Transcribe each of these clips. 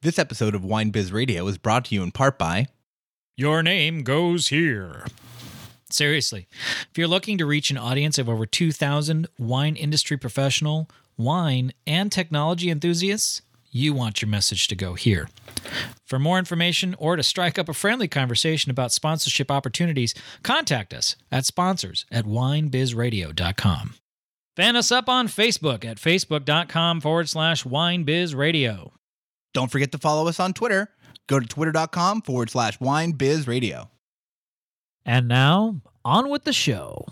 This episode of Wine Biz Radio is brought to you in part by Your name goes here. Seriously, if you're looking to reach an audience of over 2,000 wine industry professional, wine, and technology enthusiasts, you want your message to go here. For more information or to strike up a friendly conversation about sponsorship opportunities, contact us at sponsors at winebizradio.com. Fan us up on Facebook at facebook.com forward slash winebizradio. Don't forget to follow us on Twitter. Go to twitter.com forward slash wine biz radio. And now, on with the show.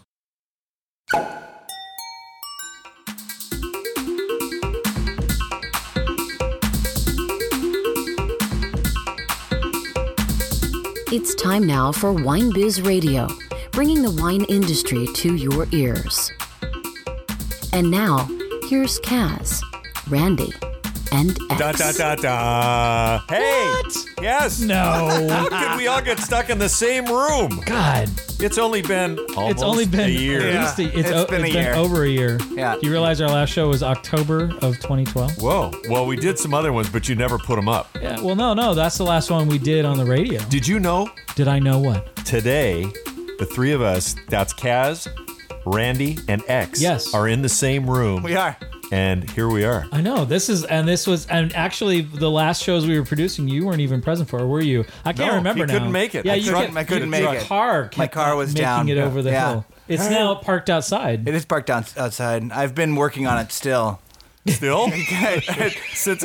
It's time now for Wine Biz Radio, bringing the wine industry to your ears. And now, here's Kaz, Randy, and X. Da da da da. Hey. Yes. No. How could we all get stuck in the same room? God, It's only been almost it's only been a year. At least a, it's it's, o- been a it's been year. over a year. Yeah. Do you realize our last show was October of 2012? Whoa. Well, we did some other ones, but you never put them up. Yeah. Well, no, no, that's the last one we did on the radio. Did you know Did I know what? today the three of us, that's Kaz, Randy, and X, Yes. are in the same room. We are. And here we are. I know this is, and this was, and actually, the last shows we were producing, you weren't even present for, were you? I can't No, remember he now. couldn't make it. Yeah, I you couldn't- kept- I couldn't your- make your it. Car My kept car was making down. it over the Yeah. hill. It's now parked outside. It is parked down outside. I've been working on it still. Still? Since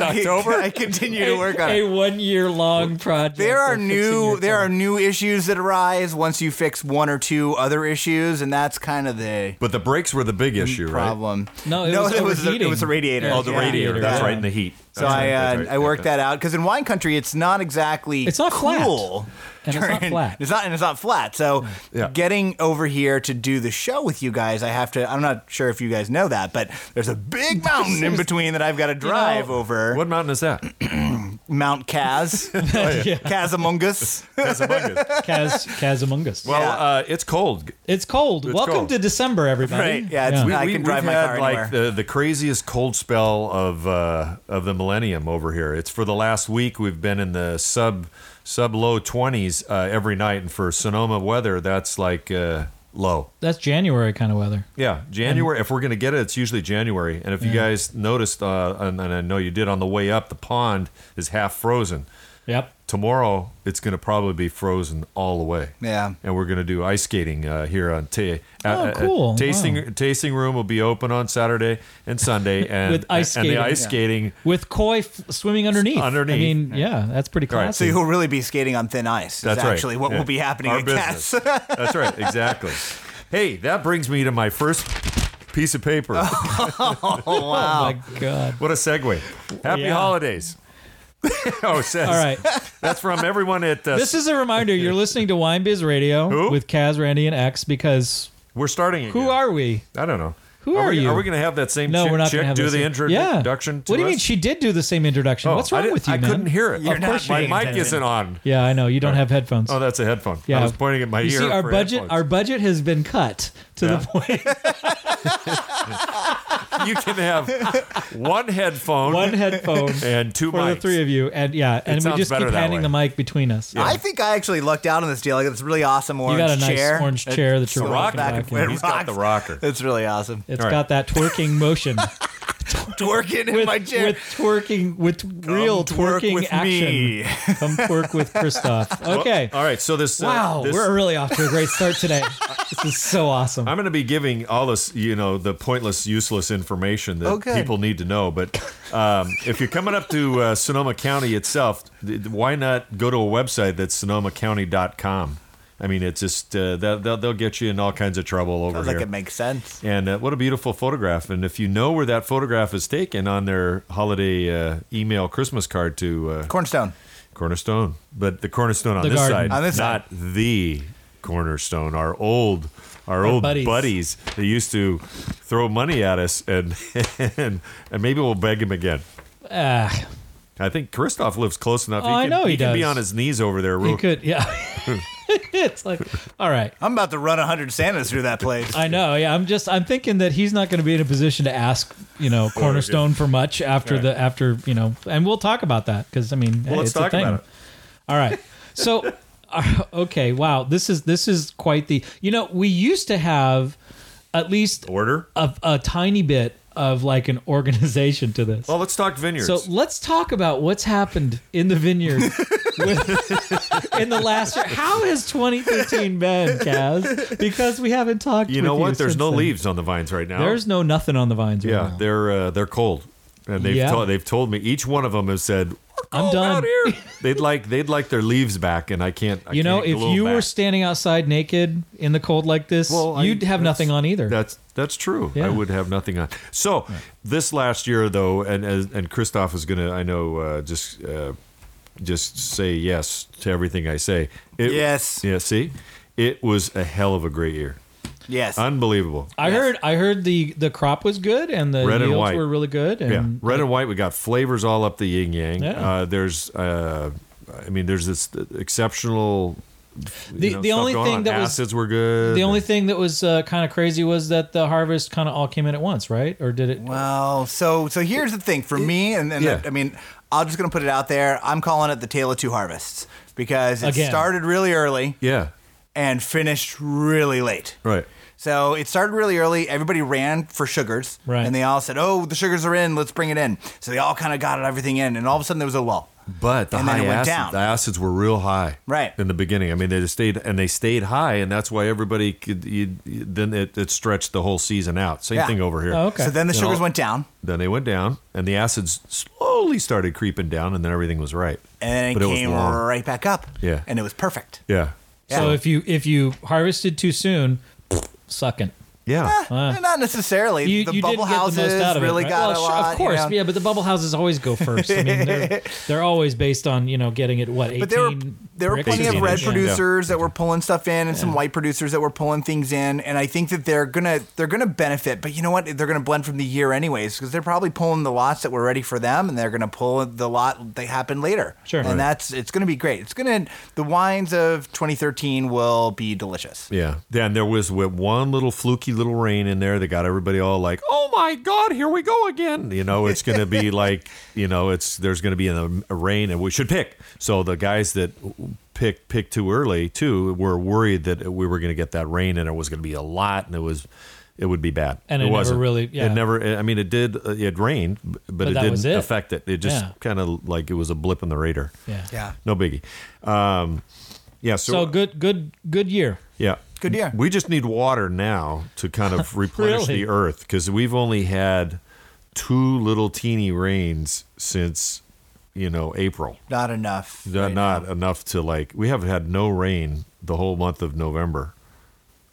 October? I continue to work on a it. one-year long project. There are of fixing your new there car. are new issues that arise once you fix one or two other issues, and that's kind of the But the brakes were the Mm, big issue, right? problem. No, it was it was the, it overheating. was the radiator. Oh, the Yeah. radiator. That's right, in the heat. So I uh, I worked that out because in wine country it's not exactly It's not flat. cool. And it's not during- flat. It's not and it's not flat. So Yeah. getting over here to do the show with you guys, I have to. I'm not sure if you guys know that, but there's a big mountain in between that I've got to drive over. What mountain is that? Mount Kaz, Kazamungus. That's a bug. Kaz, Kaz among us. Well, Yeah. uh, it's cold. It's cold. It's Welcome cold. to December, everybody. Right, yeah, it's- I can drive we've my had car like anywhere. the, the craziest cold spell of uh, of the millennium over here. It's for the last week we've been in the sub sub low twenties uh, every night, and for Sonoma weather, that's like uh, low. That's January kind of weather. Yeah, January. if we're gonna get it, it's usually January. And if you guys noticed, uh, and, and I know you did on the way up, the pond is half frozen. Yep. Tomorrow, it's gonna probably be frozen all the way. Yeah. and we're going to do ice skating uh, here on T. Oh, cool. tasting Wow. tasting room will be open on Saturday and Sunday, and With ice and skating. the ice Yeah. skating. With koi f- swimming underneath. Underneath. I mean, yeah, that's pretty right. So classy. you'll really be skating on thin ice. That's is right. actually what Yeah. will be happening Our at business. Kaz. That's right. Exactly. hey, that brings me to my first piece of paper. oh my god. what a segue! Happy Yeah. holidays. oh, it says All right. that's from everyone at. Uh, This is a reminder. You're listening to Wine Biz Radio Who? with Kaz, Randy, and X. Because we're starting. Again. who are we? I don't know. Who are we, you? Are we going to have that same No, chick, we're not chick going to have do this the here. intro- Yeah. introduction? To what do you us? mean? She did do the same introduction. Oh, What's I wrong didn't- with you, I man? couldn't hear it. You're Of not course, my paying mic attention. isn't on. Yeah, I know you don't have headphones. Oh, that's a headphone. yeah. I was pointing at my you ear. See, our for budget, headphones. our budget has been cut to Yeah. the point. you can have one headphone One headphone and two for mics. the three of you, and yeah, and we sounds just better keep that handing way. the mic between us. I think I actually lucked out on this deal. I got this really awesome You orange got a nice chair. orange chair that you're It's rocking back back and in. forth. He's got the rocker. It's really awesome. It's All right. got that twerking motion Twerking in with, my chair. with twerking with real twerk twerking with action. me. Come twerk with Christoph. Okay. All right, so this. uh, wow, this- we're really off to a great start today. this is so awesome. I'm going to be giving all this, you know, the pointless, useless information that Oh, good. people need to know. But um, if you're coming up to uh, Sonoma County itself, th- why not go to a website that's sonomacounty.com? I mean, it's just uh, they'll, they'll they'll get you in all kinds of trouble over Sounds here. like it makes sense. And uh, what a beautiful photograph! And if you know where that photograph is taken on their holiday uh, email Christmas card to uh, Cornstone. Cornerstone, but the Cornerstone on The this garden. side, On this not the Cornerstone. Our old, our, old buddies. buddies. They used to throw money at us, and and and maybe we'll beg him again. Ah, I think Christoph lives close enough. Oh, I know he can be does. on his knees over there. you Real, could, yeah. it's like, all right. I'm about to run 100 Santas through that place. I know. Yeah, I'm just I'm thinking that he's not going to be in a position to ask, you know, Cornerstone for much after the after you know, and we'll talk about that because I mean, hey, let's it's a talk thing. about it. All right, so uh, okay, wow, this is this is quite the you know we used to have at least Order. a, a tiny bit of like an organization to this. Well, let's talk vineyards. So let's talk about what's happened in the vineyard with, in the last year. How has 2013 been, Kaz? Because we haven't talked. you with know what? There's since no then. leaves on the vines right now. There's no nothing on the vines right yeah, now. they're uh, they're cold, and they've Yeah. told, they've told me each one of them has said, I'm "Cold done." out here." they'd like they'd like their leaves back, and I can't. I You know, can't if glue 'em you were back. standing outside naked in the cold like this, Well, I- you'd have nothing that's- on either. That's that's true. Yeah. I would have nothing on. So this last year, though, and as- and Christoph is gonna, I know, uh, just uh, just say yes to everything I say. It, Yes. Yeah. See, it was a hell of a great year. yes. Unbelievable. I heard. I heard the the crop was good and the Red and yields white. were really good. And yeah, red and white. We got flavors all up the yin yang. Yeah. Uh, there's, uh, I mean, there's this exceptional. The- the only thing that was- acids were good. The only thing that was uh, kind of crazy was that the harvest kind of all came in at once, right? Or did it? Well, so so here's the thing for me, and, and Yeah. I, mean, I'm just gonna put it out there. I'm calling it the tale of two harvests because it Again. started really early yeah, and finished really late. right. So it started really early. Everybody ran for sugars, Right. and they all said, "Oh, the sugars are in. Let's bring it in." So they all kind of got everything in, and all of a sudden there was a lull. But the And then high it went acid, down. the acids were real high, Right. in the beginning. I mean, they just stayed and they stayed high, and that's why everybody could. You, you- then it, it stretched the whole season out. Same Yeah. thing over here. Oh, okay. So then the You sugars know- went down, Then they went down, and the acids slowly started creeping down, and then everything was right. and then it But it was came long. right back up. Yeah. and it was perfect. Yeah, So if you if you harvested too soon, sucking. yeah. Eh, Not necessarily. You, the you bubble didn't get houses the most out of really it. right? got well, a sure, lot. of course, you know? yeah. But the bubble houses always go first. I mean, they're, they're always based on you know getting it what eighteen. But there were there were bricks plenty or of red something. producers that were pulling stuff in, and some white producers that were pulling things in. And I think that they're gonna they're gonna benefit. But you know what? They're gonna blend from the year anyways because they're probably pulling the lots that were ready for them, and they're gonna pull the lot that happened later. Sure. And Right. that's it's gonna be great. It's gonna the wines of 2013 will be delicious. Yeah. Then there was wi- one little fluky little rain in there that got everybody all like, "Oh my God, here we go again!" You know, it's going to be like, you know, it's there's going to be a, a rain, and we should pick. So the guys that picked picked too early too were worried that we were going to get that rain, and it was going to be a lot, and it was. It would be bad, And it never wasn't really- yeah. It never. I mean, it did. uh, It rained, but, it that was didn't it. affect it. It just Yeah. kind of like it was a blip on the radar. Yeah. Yeah. uh, No biggie. Um, yeah. So good, good, good year. Yeah. Good year. We just need water now to kind of replenish Really? the earth because we've only had two little teeny rains since, you know, April. Not enough. Not, not enough to like, we haven't had no rain the whole month of November.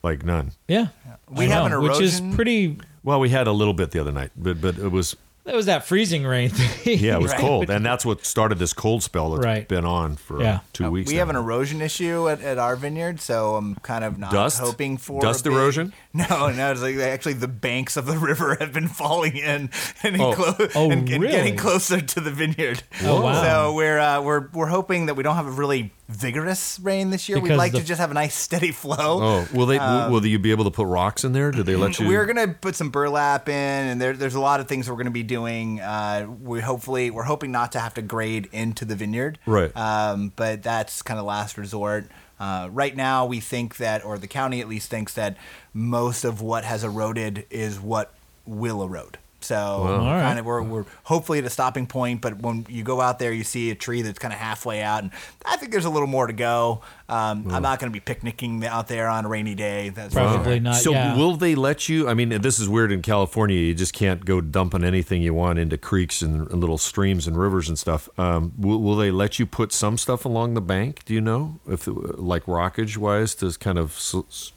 Like none. Yeah. We I have know, an which is erosion. pretty. Well, we had a little bit the other night, but but it was That was that freezing rain thing. yeah, it was Right. cold, and that's what started this cold spell that's Right. been on for Yeah. two weeks. Uh, We now. have an erosion issue at, at our vineyard, so I'm kind of not Dust? hoping for Dust a big- erosion? No, no. It's like actually the banks of the river have been falling in and, Oh. enclo- Oh, and, and really? getting closer to the vineyard. Oh, wow. So we're uh, we're we're hoping that we don't have a really vigorous rain this year. We'd Because like the- to just have a nice steady flow. Oh, will they? will you be able to put rocks in there? Do they let you? Uh, We're gonna put some burlap in, and there, there's a lot of things we're gonna be doing. Uh, we hopefully we're hoping not to have to grade into the vineyard, Right. Um, but that's kind of last resort. Uh, right now, we think that, or the county at least thinks that most of what has eroded is what will erode. So All right. kind of we're, we're hopefully at a stopping point, but when you go out there, you see a tree that's kind of halfway out, and I think there's a little more to go. Um, I'm not going to be picnicking out there on a rainy day. That's Probably not. So yeah. will they let you? I mean, this is weird in California. You just can't go dumping anything you want into creeks and, and little streams and rivers and stuff. Um, will, will they let you put some stuff along the bank? Do you know if uh, like rockage wise to kind of s- s-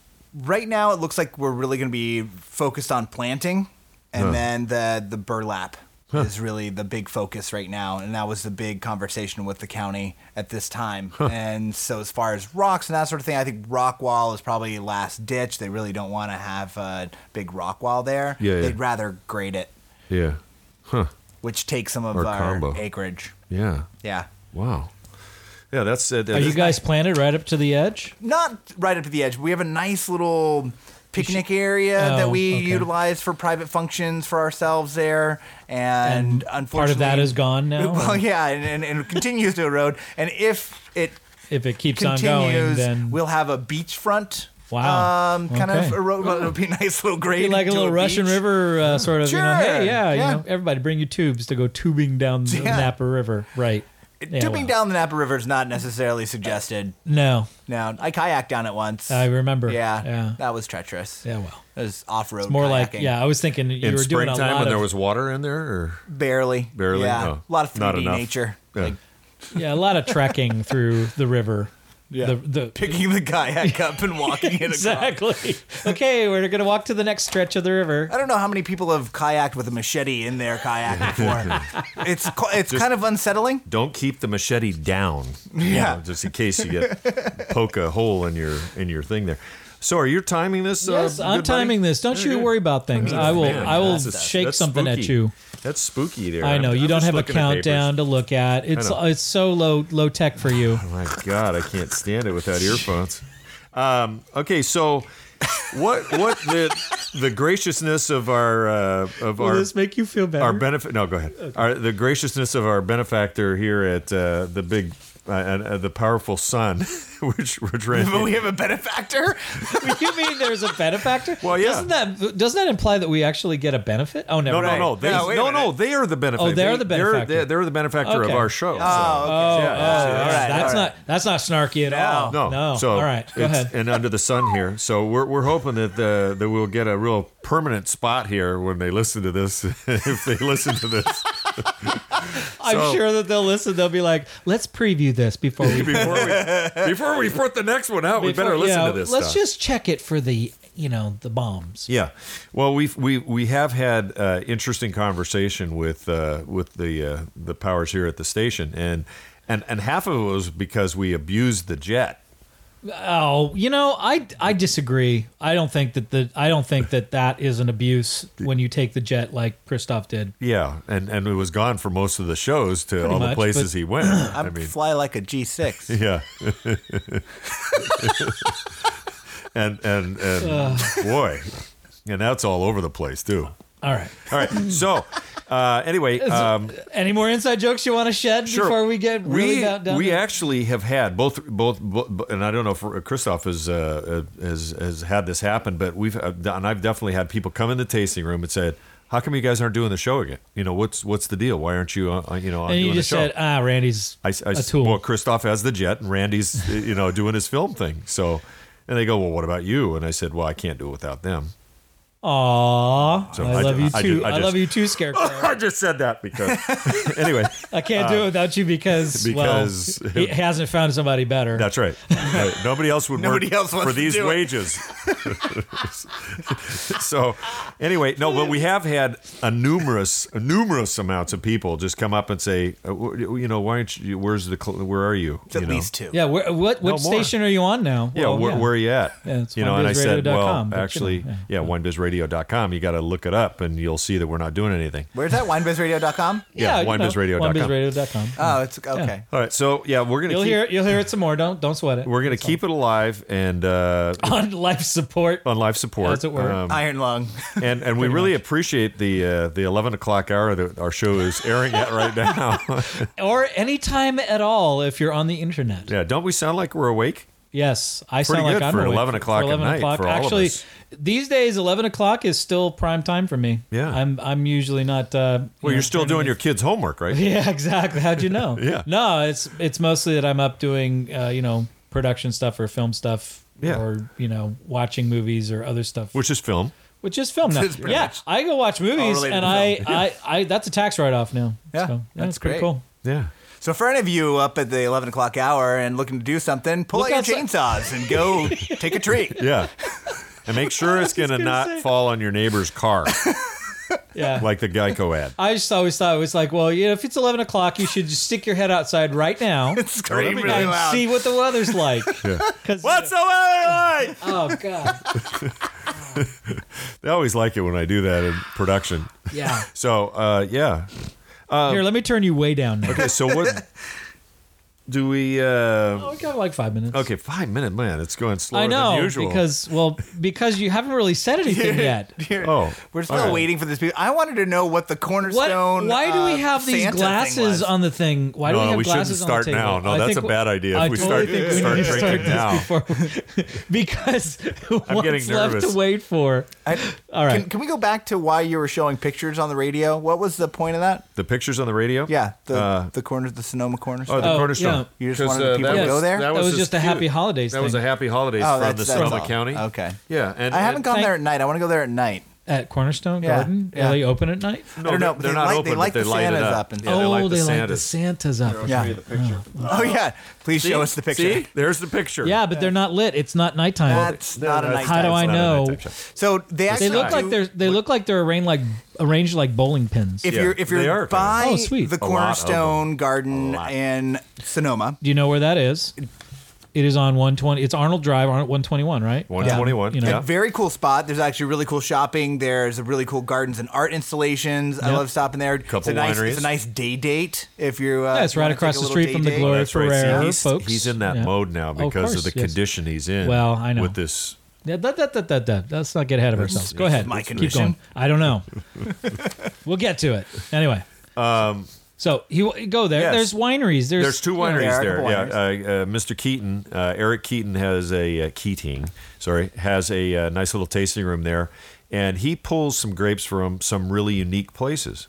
right now it looks like we're really going to be focused on planting and then the the burlap is really the big focus right now and that was the big conversation with the county at this time and so as far as rocks and that sort of thing i think rock wall is probably last ditch they really don't want to have a big rock wall there Yeah, yeah. they'd rather grade it yeah, huh? which takes some of Or our combo. acreage Yeah, yeah wow. Yeah, that's it. Are Oh, you guys planted right up to the edge? Not right up to the edge. We have a nice little picnic area Oh, that we okay. utilize for private functions for ourselves there, and, unfortunately, Part of that is gone now. Well, yeah, and, and, and it continues to erode. And if it if it keeps on going, continues, then we'll have a beachfront. Wow. Um, kind Okay. of erode. Well, it'll be a nice little be grade. like a little Russian River uh, sort of. You Sure, know, hey, yeah, yeah. you know, everybody bring your tubes to go tubing down the Yeah. Napa River, right? Yeah, Dipping wow. down the Napa River is not necessarily suggested. No, No, I kayaked down it once. I remember. yeah, yeah, that was treacherous. yeah. Well, It was off road. it's more like yeah. I was thinking you in were doing a springtime lot when of there was water in there? Or? barely, Barely? Yeah, Oh, a lot of not 3D enough. nature. Yeah. Like yeah, a lot of trekking through the river. Yeah. the, the picking the kayak up and walking it across. exactly. okay, we're gonna walk to the next stretch of the river. I don't know how many people have kayaked with a machete in their kayak before. it's qu- it's kind of unsettling. Don't keep the machete down. you Yeah. know, just in case you get poke a hole in your in your thing there. So are you timing this? Yes, uh, I'm good buddy? timing this. Don't you worry about things. I will. Man, I will that's- that's- shake that's something at spooky. you. That's spooky. There. I know I'm- you I'm don't just have a looking at papers. countdown to look at. It's know. it's so low low tech for you. Oh My God, I can't stand it without earphones. Um, okay, so what what the the graciousness of our uh, of Will our this make you feel better? our benefit? No, go ahead. Our, the graciousness of our benefactor here at uh, the big. Uh, uh, the powerful sun, which which ran. But we have a benefactor. you mean there's a benefactor? Well, yeah. Doesn't that doesn't that imply that we actually get a benefit? Oh, never No, no, mind. no. They, No, wait a no, no. minute. They are the benefactor. Oh, they're the benefactor. They're, they're the benefactor Okay. of our show. Oh, okay. Oh, Yeah, oh, yeah, yeah. all right. All right, That's all not that's not snarky at all. No, no. So all right, go it's- ahead. And under the sun here, so we're, we're hoping that the, that we'll get a real permanent spot here when they listen to this. if they listen to this I'm so- sure that they'll listen. They'll be like, "Let's preview this before we before we before we put the next one out, we better before- listen yeah, to this. Let's stuff. just check it for the you know the bombs. Yeah, well, we've we we have had uh, interesting conversation with uh, with the uh, the powers here at the station, and and and half of it was because we abused the jet. Oh, you know, I I disagree. I don't think that the I don't think that that is an abuse when you take the jet like Christoph did. Yeah, and and it was gone for most of the shows to all much, the places but- he went. I'm I mean, fly like a G6. yeah. and and and boy, and that's all over the place too. All right. All right, so uh, anyway, um, Any more inside jokes you want to shed sure. before we get really we, down, down we to- actually have had both both, bo- and I don't know if Christoph has, uh, has has had this happen, but we've uh, and I've definitely had people come in the tasting room and said, "How come you guys aren't doing the show again? You know what's what's the deal? Why aren't you uh, you know on and doing you just the show?" said, ah, Randy's a I, I tool. well, Christoph has the jet, and Randy's you know doing his film thing. So, and they go, well, what about you? And I said, well, I can't do it without them. Aw, So I, I love ju- you I too. ju- I, I love just- you too, Scarecrow. I just said that because anyway, I can't do it without you because Uh, because- well, he hasn't found somebody better. that's right. Uh, Nobody else would Nobody work else wants for to these do it. wages. so, anyway, no, but we have had a numerous, numerous amounts of people just come up and say, uh, wh- you know, why aren't you? Where's the? cl- Where are you? It's at you know? least two. yeah. Where, what what No more. station are you on now? Yeah, Well, where, where are you at? Yeah, it's you know, and I said, winebizradio.com, well, but, you know, actually, yeah. yeah, winebizradio.com. You got to look it up, and you'll see that we're not doing anything. Where's that? WineBizRadio.com. Yeah, you know, winebizradio.com. winebizradio.com. Uh, Oh, it's okay. All right, so yeah, we're gonna You'll keep, hear it, you'll hear it some more. Don't don't sweat it. we're gonna keep it alive and uh, on life support. on life support. Um, As it were. Iron lung. and and we really appreciate the uh, the eleven o'clock hour that our show is airing at right now. or anytime at all if you're on the internet. yeah, don't we sound like we're awake? Yes, I Pretty sound good like I'm for awake 11 o'clock at night for all of Actually, us. these days, eleven o'clock is still prime time for me. Yeah. I'm I'm usually not. Uh, you Well, know, you're still turning doing it- your kids' homework, right? Yeah, exactly. How'd you know? Yeah. No, it's it's mostly that I'm up doing uh, you know production stuff or film stuff. Yeah. Or you know, watching movies or other stuff, Which is film. which is film now. It's pretty yeah, much I go watch movies, related and to I, film. I, I, that's a tax write-off now. Yeah, so, that's it's pretty great. cool. Yeah. So for any of you up at the 11 o'clock hour and looking to do something, pull Look out your chainsaws and go take a treat. Yeah. And make sure it's gonna, not fall on your neighbor's car, Yeah. like the Geico ad. I just always thought it was like, well, you know, if it's eleven o'clock, you should just stick your head outside right now Scream me really and loud. see what the weather's like. Because What's the weather like? oh god, They always like it when I do that in production. yeah. So uh, yeah. Um, Here, let me turn you way down. Now. Okay, so what? do we? Uh, Oh, we got like five minutes. okay, five minute man. It's going slower I know than usual. because well because you haven't really said anything yet. oh, We're all still right. waiting for this. pe- I wanted to know what the What? cornerstone. Why do uh, we have these Santa thing glasses was. on the thing? Why do No, we no, have we shouldn't glasses start on the table? now. No, I that's think a bad idea. I If we totally start- think we start need to drinking start this before because what's getting left nervous. to wait for? I- All right. Can, can we go back to why you were showing pictures on the radio? What was the point of that? the pictures on the radio. Yeah, the Uh, the corner, the Sonoma oh, cornerstone. the Oh, cornerstone. yeah. You just 'Cause, wanted the people uh, that to go was- there? That was just a cute- happy holidays That was thing. a happy holidays Oh, from that's- the that's Sonoma all. County. Okay. Yeah, and I haven't and- gone Thank- there at night. I want to go there at night. At Cornerstone Yeah, Garden, yeah. are they open at night? I No, don't they're, know, they're they not light- open. they but light they the light it Santas up. up and yeah, stuff. they oh, light the they Santas. light the Santas up. Yeah. Oh yeah. Please show us the picture. See? there's the picture. Yeah, but they're not lit. It's not nighttime. That's No, not a that's- night. How do time. I it's not a know? nighttime shot. So they they actually look like do- they're they look like they're arranged like arranged like bowling pins. If Yeah, you're if they you're are by kind of- Oh, sweet. the A lot of Cornerstone Garden A lot. in Sonoma, Do you know where that is? It is on 120. It's Arnold Drive, Arnold 121, right? 121. You know. yeah. Like very cool spot. There's actually really cool shopping. There's really cool gardens and art installations. I Yep. love stopping there. it's Couple a nice, wineries. It's a nice day date if you're. Uh, Yeah, it's you right wanna across take a little the street day from the date. Glory. That's right. See, Ferrero, he's, folks. he's in that Yeah. Oh, mode now Of because of, course, the yes. condition he's in. Well, I know. With this, Yeah, that, that, that, that, that. Let's not get ahead of ourselves. Go that's ahead. my Keep condition. going. I don't know. we'll get to it. Anyway. Um, so you go there. yes. There's wineries. There's, there's two you know, wineries Yeah, there. there are a Yeah, couple uh, uh, Mr. Keaton, uh, Eric Keaton has a uh, Keating, sorry, has a uh, nice little tasting room there, and he pulls some grapes from some really unique places,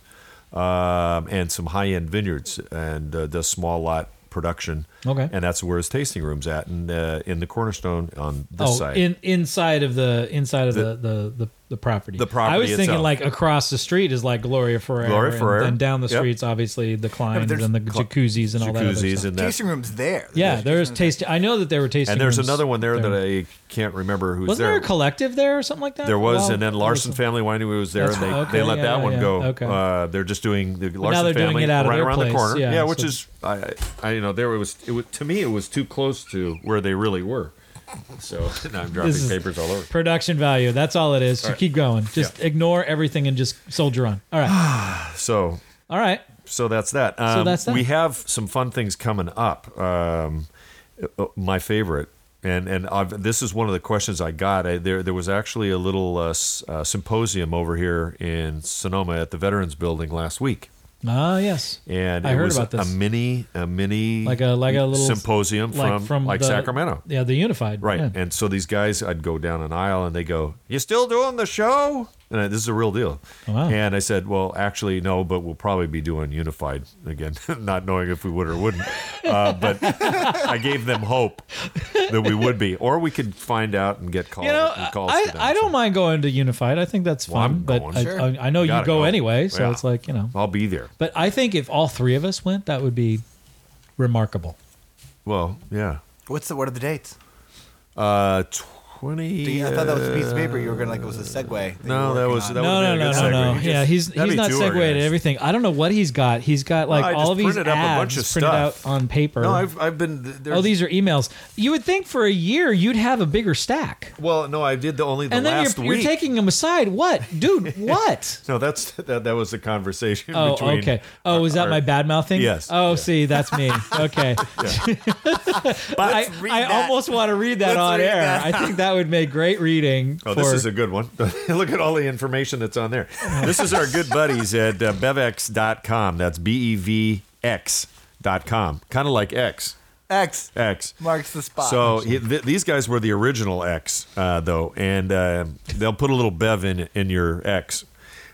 um, and some high end vineyards, and uh, does small lot production. Okay. and that's where his tasting room's at, and uh, in the Cornerstone on this oh, side. in inside of the inside of the the, the, the property. The property I was thinking itself. like across the street is like Gloria Ferrer. Gloria and Ferrer. then down the Yep. streets, obviously the Kleins there's and the Cl- jacuzzis and all that. Other jacuzzis stuff. and that Tasting room's there. yeah, there's taste. I know that there were tasting. And there's rooms another one there, there. that I can't remember who's Wasn't there. there. a collective there or something like that? there for a was, while? and then There was Larson some- Family Winery was there, That's and they, right. they Okay, let yeah, that yeah, one yeah. go. Okay. Uh, they're just doing the Larson they're doing Family it out of right their around the place, corner. yeah, Yeah, which so- is, I, I, you know, there it was. It was to me, it was too close to where they really were. So now I'm dropping This is- papers all over. Production value. That's all it is. So keep going. Just ignore everything and just soldier on. All right. So All right. so that's that. Um, that's that. We have some fun things coming up. Um, uh, my favorite, and and I've, this is one of the questions I got. I, there there was actually a little uh, s- uh, symposium over here in Sonoma at the Veterans Building last week, Ah, yes. and I it heard was about a this. mini a mini Like a- like a little s- symposium from like the- Sacramento. Yeah, the unified. Right. yeah. And so these guys, I'd go down an aisle and they go, You still doing the show? And I, this is a real deal. Oh, Wow. And I said, Well, actually, no, but we'll probably be doing Unified again, not knowing if we would or wouldn't. Uh, but I gave them hope that we would be, or we could find out and get called. You know, and calls I, to them. I don't mind going to Unified. I think that's fun. Well, I'm but going. I, Sure. I, I know you, gotta go, go. anyway, so Yeah. it's like you know. I'll be there. But I think if all three of us went, that would be remarkable. Well, yeah. What's the what are the dates? Uh, 20. Do you- I thought that was a piece of paper. You were gonna like it was a segue. you No, were that working was- on. that No, no, would've been no, a no, good no. segue. You Yeah, just- he's that'd he's be not too segued at organized. everything. I don't know what he's got. He's got like I just all of these printed up a bunch ads of printed stuff. out on paper. No, I've, I've been. oh, these are emails. You would think for a year you'd have a bigger stack, Well, no, I did the only the and then last you're, week. you're taking them aside. What, dude? What? No, that's that. That was the conversation. Oh, between okay. Oh, is that our- my bad mouth thing? Yes. Oh, Yeah. see, that's me. Okay. I, Let's read I that. almost want to read that Let's on read air. that. I think that would make great reading. Oh, for, this is a good one. Look at all the information that's on there. This is our good buddies at uh, bevex.com. That's B E V X dot com. Kind of like X. X X. marks the spot. So he, th- these guys were the original X, uh, though, and uh, they'll put a little Bev in in your X.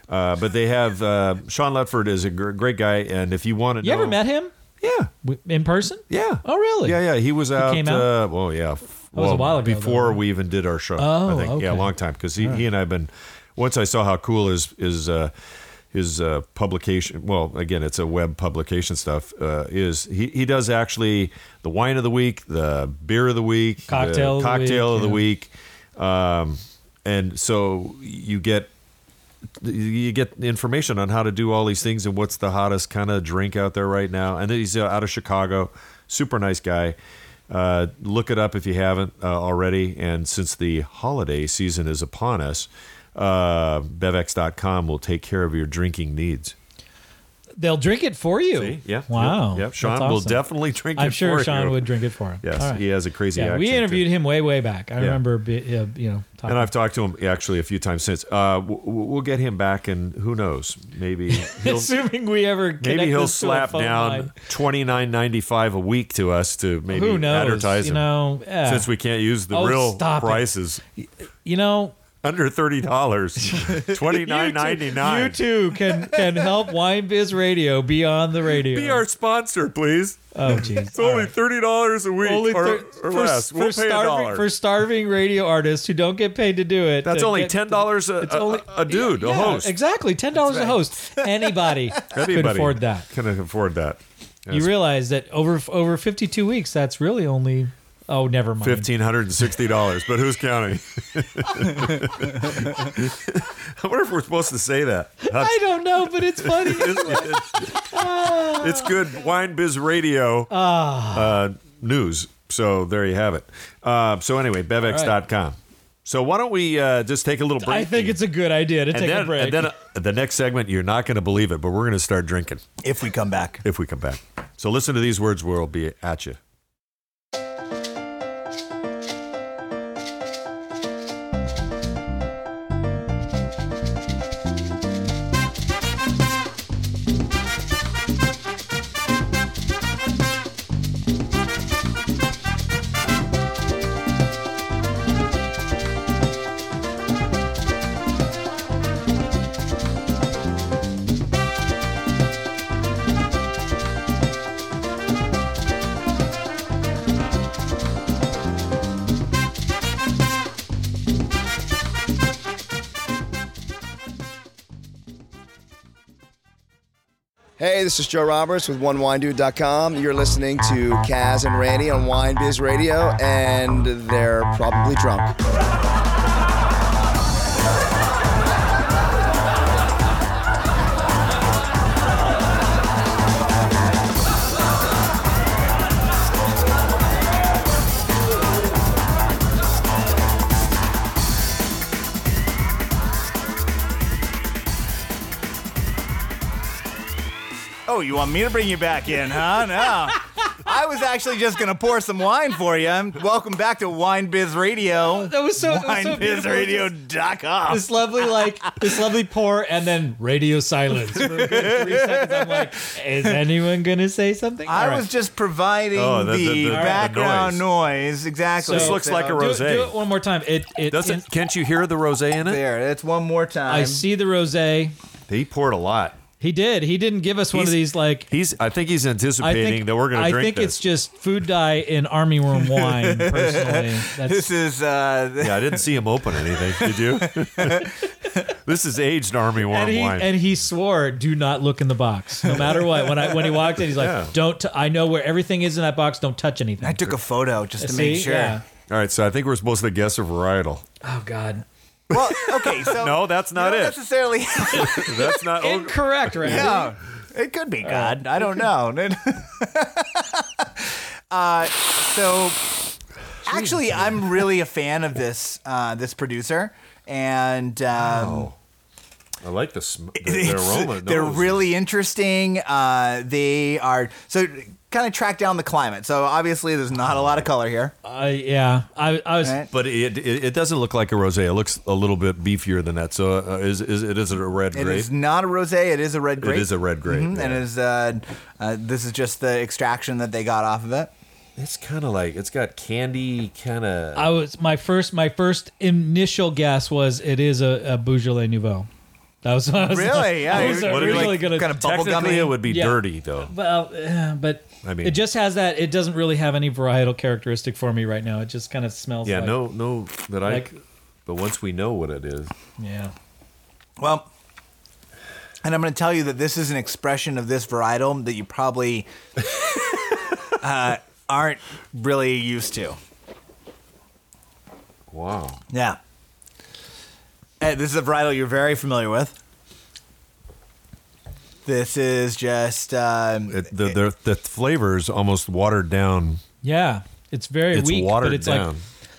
Uh, but they have uh, Sean Ledford is a gr- great guy, and if you want to, you know, ever met him Yeah, W- in person? Yeah. Oh, really? Yeah, yeah. He was out. came out? Uh, well, yeah. That was a while ago, Before though. we even did our show. Oh, I think. Yeah, a okay. long time because he, he and I've been. Once I saw how cool his his uh, his uh, publication. Well, again, it's a web publication stuff. Uh, is he, he does actually the wine of the week, the beer of the week, Cocktail of the the cocktail week, of the yeah. week, um, and so you get you get information on how to do all these things and what's the hottest kind of drink out there right now. And then he's uh, out of Chicago, super nice guy. Uh, look it up if you haven't uh, already. And since the holiday season is upon us, uh, bevex.com will take care of your drinking needs. They'll drink it for you. See? Yeah. Wow. Yep. yep. That's Sean will awesome. definitely drink it I'm sure for Sean you. would drink it for him. Yes, All right. he has a crazy Yeah, accent. we too. interviewed him way, way back. I Yeah. remember, be- uh, you know, talking. And I've talked to him actually a few times since. Uh, w- w- we'll get him back, and who knows? Maybe he'll assuming we ever maybe connect he'll this to a slap phone down line. twenty nine ninety five a week to us to maybe Who knows? advertise You him. know, yeah. since we can't use the Oh, real stop it. prices You know, under thirty dollars, twenty you nine too- ninety nine. You too can can help Wine Biz Radio be on the radio. Be our sponsor, please. oh, jeez. It's only thirty dollars a week or, thir- or less. we'll pay a starving, dollar. for starving radio artists who don't get paid to do it. That's to only get- ten dollars a, It's only- a dude, a Yeah, host. Exactly, ten dollars a host. Anybody could Anybody afford that. Can afford that. You realize that over over fifty two weeks, that's really only. Oh, never mind. Fifteen hundred and sixty dollars, but who's counting? I wonder if we're supposed to say that. That's- I don't know, but it's funny. it's good wine biz radio Ah. uh, news. So there you have it. Uh, so anyway, bevex.com. So why don't we uh, just take a little break? I think it's a good idea to and take then, a break. And then uh, the next segment, you're not going to believe it, but we're going to start drinking If we come back. if we come back. So listen to these words. We'll be at you. Hey, this is Joe Roberts with OneWineDude.com. You're listening to Kaz and Randy on Wine Biz Radio, and they're probably drunk. Oh, you want me to bring you back in, huh? No. I was actually just gonna pour some wine for you. Welcome back to Wine Biz Radio. that was so, that was so beautiful. WineBizRadio.com. this lovely like this lovely pour and then radio silence for a good three seconds. I'm like, is anyone gonna say something? I All right. was just providing Oh, the- the, the- the- the background noise. Exactly. This looks like a So- do, rosé. do it one more time. It it Doesn't? it- can't you hear the rosé in it? There, it's one more time. I see the rosé. He poured a lot. He did. He didn't give us one of He's- these like. He's. I think he's I anticipating think that we're going to I drink think this. it's just food dye in army worm wine. Personally, This that's is uh, th- yeah, I didn't see him open anything. Did you? this is aged army worm and he wine. and he swore, "Do not look in the box, no matter what." When I when he walked in, he's like, Yeah. "Don't." T- I know where everything is in that box. Don't touch anything. I took a photo just to See? make sure. Yeah. All right, so I think we're supposed to guess a varietal. Oh God. Well, okay, so No, that's you not don't it. necessarily. That's not. oh, Incorrect, right? no, it could Uh, be God. I don't know. uh, so, actually, I'm really a fan of this uh, this producer, and um, oh, I like the, sm- the, the It's- aroma. They're No, it's- really interesting. Uh, they are so kind of track down the climate. So obviously, there's not a lot of color here. Uh, yeah. I, I was. Right. But it, it it doesn't look like a rosé. It looks a little bit beefier than that. So uh, is is it is it a red It grape? is not a rosé. It is a red grape. is a red grape, Mhm, And yeah. it is. Uh, uh, this is just the extraction that they got off of it. It's kind of like it's got candy kind of. Uh, I was my first. My first initial guess was it is a, a Beaujolais Nouveau. That was what I was Really? Yeah. I What was do you originally like- gonna. kind of Technically, bubblegummy. it would be Yeah. dirty though. well, eh, but I mean- it just has that. It doesn't really have any varietal characteristic for me right now. It just kind of smells. Yeah, like, no, no, that I. like- but once we know what it is, Yeah. Well, and I'm going to tell you that this is an expression of this varietal that you probably uh, aren't really used to. wow. Yeah. Hey, this is a varietal you're very familiar with. This is just um, It, the, the the flavor is almost watered down. Yeah. It's very It's weak, watered but it's down. like.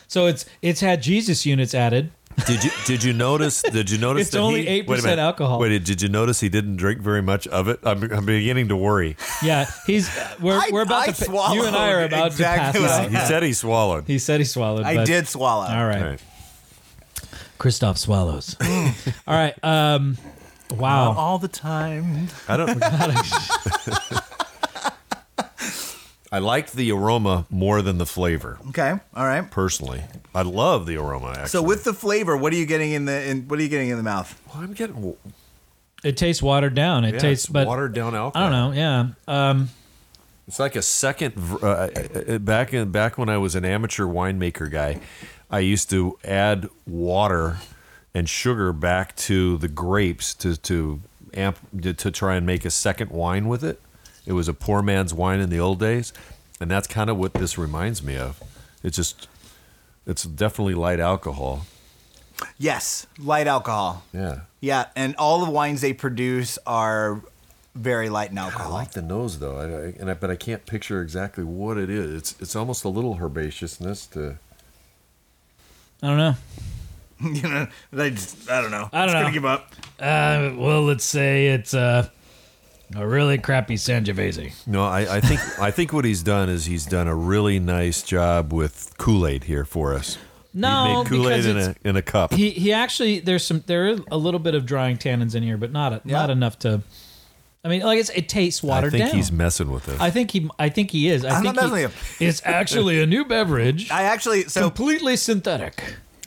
So it's it's had Jesus units added. Did you did you notice? Did you notice? It's that only he- 8% wait a minute. alcohol. Wait, did you notice he didn't drink very much of it? I'm, I'm beginning to worry. Yeah, he's we're, I- we're about I to pa- you and I are swallowed about exactly to what pass I out. He said he swallowed. He said he swallowed. I but- did swallow. All right. All right. Christoph swallows. All right. Um, wow. All the time. I don't. I liked the aroma more than the flavor. Okay. All right. Personally, I love the aroma. Actually. So with the flavor, what are you getting in the in, what are you getting in the mouth? Well, I'm getting w- It tastes watered down. It yeah, tastes, it's but watered down alcohol. I don't know. Yeah. Um, It's like a second. ver- Uh, uh, back in back when I was an amateur winemaker guy, I used to add water and sugar back to the grapes to to amp to, to try and make a second wine with it. It was a poor man's wine in the old days, and that's kind of what this reminds me of. It's just, it's definitely light alcohol. Yes, light alcohol. Yeah, Yeah, and all the wines they produce are very light in I alcohol. like the nose though, I, I, and I, but I can't picture exactly what it is. It's it's almost a little herbaceousness to. I don't know. you know, I just I don't know. I don't Just know. Gonna give up. Uh, well, let's say it's uh, a really crappy Sangiovese. No, I, I think I think what he's done is he's done a really nice job with Kool Aid here for us. he No, made Kool Aid because in it's, a in a cup. he he actually there's some there is a little bit of drying tannins in here, but not a, not enough to. I mean, like it's, it tastes I watered think down. he's messing with us. I think he I think he is. I I'm think not he- messing with it's actually a new beverage, I actually so completely synthetic.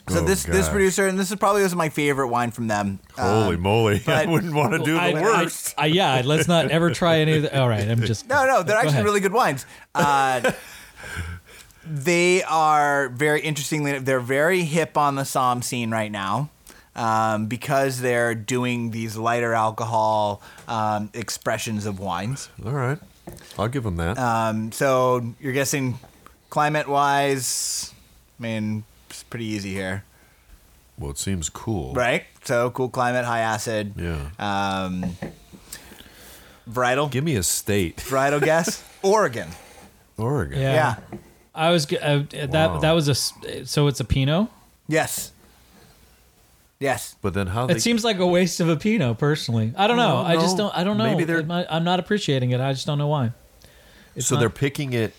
so Oh, this this gosh. producer and this is probably was my favorite wine from them. Holy Um, moly! I but- wouldn't want to do the I, worst. I, I, yeah, let's not ever try any of the. All right, I'm just No, no, they're Go actually ahead. really good wines. Uh, they are very interestingly, they're very hip on the Somme scene right now um, because they're doing these lighter alcohol um, expressions of wines. All right, I'll give him that. Uh, Um, so you're guessing climate wise, I mean, it's pretty easy here, well, it seems cool, right? So cool climate, high acid. Yeah. Um, varietal? Give me a state, Varietal guess? Oregon. Oregon. Yeah. Yeah. I was g- uh, that Wow. that was a s- so it's a Pinot. Yes. Yes. But then how? They, It seems like a waste of a Pinot, personally. I don't know. I don't I just know. don't. I don't know. Maybe they're- It might- I'm not appreciating it. I just don't know why. so they're picking it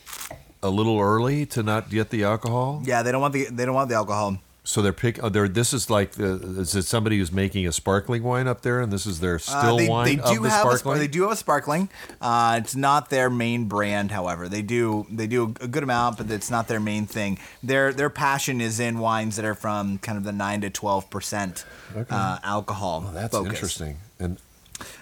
a little early to not get the alcohol. Yeah, they don't want the they don't want the alcohol. So they're pick. Oh, they're, this is like the, is it somebody who's making a sparkling wine up there, and this is their still Uh, they, wine they of do the have a, sparkling. spar- they do have a sparkling. Uh, it's not their main brand, however. They do they do a good amount, but it's not their main thing. Their their passion is in wines that are from kind of the nine to twelve percent uh, alcohol. Oh, That's focus. interesting. And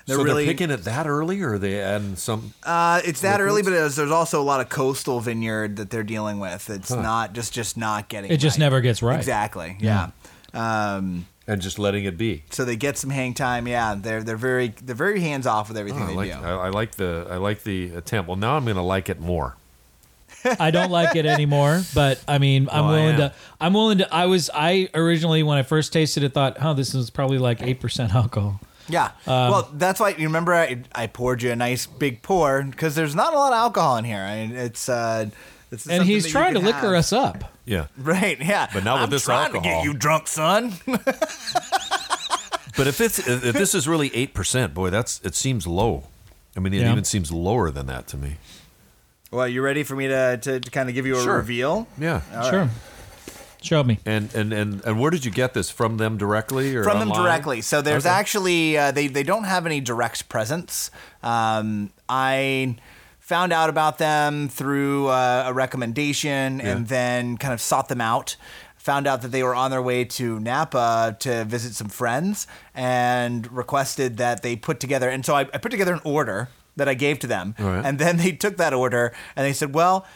They're so really- they're picking it that early, or are they adding some? Uh, it's that early, but it's, there's also a lot of coastal vineyard that they're dealing with. It's not just just not getting. It just right. never gets right. Exactly. Yeah. yeah. Um, and just letting it be. so they get some hang time. Yeah, they're they're very they're very hands off with everything Oh, I they like do. I, I like the I like the attempt. Well, now I'm going to like it more. I don't like it anymore, but I mean, I'm Well, I willing am. to. I'm willing to. I was. I originally, when I first tasted it, thought, "Huh, this is probably like eight percent alcohol." Yeah. Um, well, that's why you remember I, I poured you a nice big pour because there's not a lot of alcohol in here. I mean, it's uh, it's And he's trying to liquor us up. Yeah, Right. Yeah. But not with I'm this trying To alcohol. get you drunk, son. but if it's if this is really eight percent, boy, that's it seems low. I mean, it Yeah. even seems lower than that to me. well, you ready for me to to, to kind of give you a Sure. reveal Yeah. sure. Show me. And, and and and where did you get this from them directly or from them online? directly? So there's Okay. actually uh, they they don't have any direct presence. Um, I. Found out about them through uh, a recommendation and then kind of sought them out. found out that they were on their way to Napa to visit some friends and requested that they put together. And so I, I put together an order that I gave to them. All right. And then they took that order and they said, well,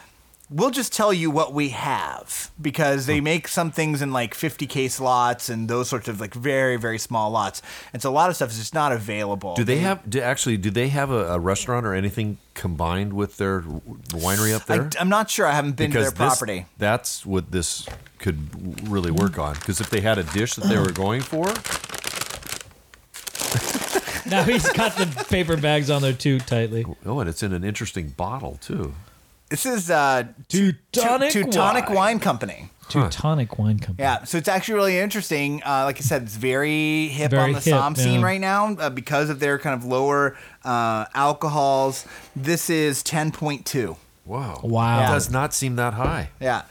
we'll just tell you what we have because they make some things in like 50 case lots and those sorts of like very, very small lots. And so a lot of stuff is just not available. Do they have do, actually? Do they have a, a restaurant or anything combined with their winery up there? I, am not sure. I haven't been because to their this- property. that's what this could really work on. Because if they had a dish that they were going for, Now he's got the paper bags on there too tightly. oh, and it's in an interesting bottle too. This is uh, Teutonic Teutonic Wine. Wine Company. Teutonic Wine Company. Yeah, so it's actually really interesting. Uh, like I said, it's very hip Very on the hip, Somme scene yeah. right now uh, because of their kind of lower uh, alcohols. This is 10.2. Wow. Wow. It does not seem that high. Yeah.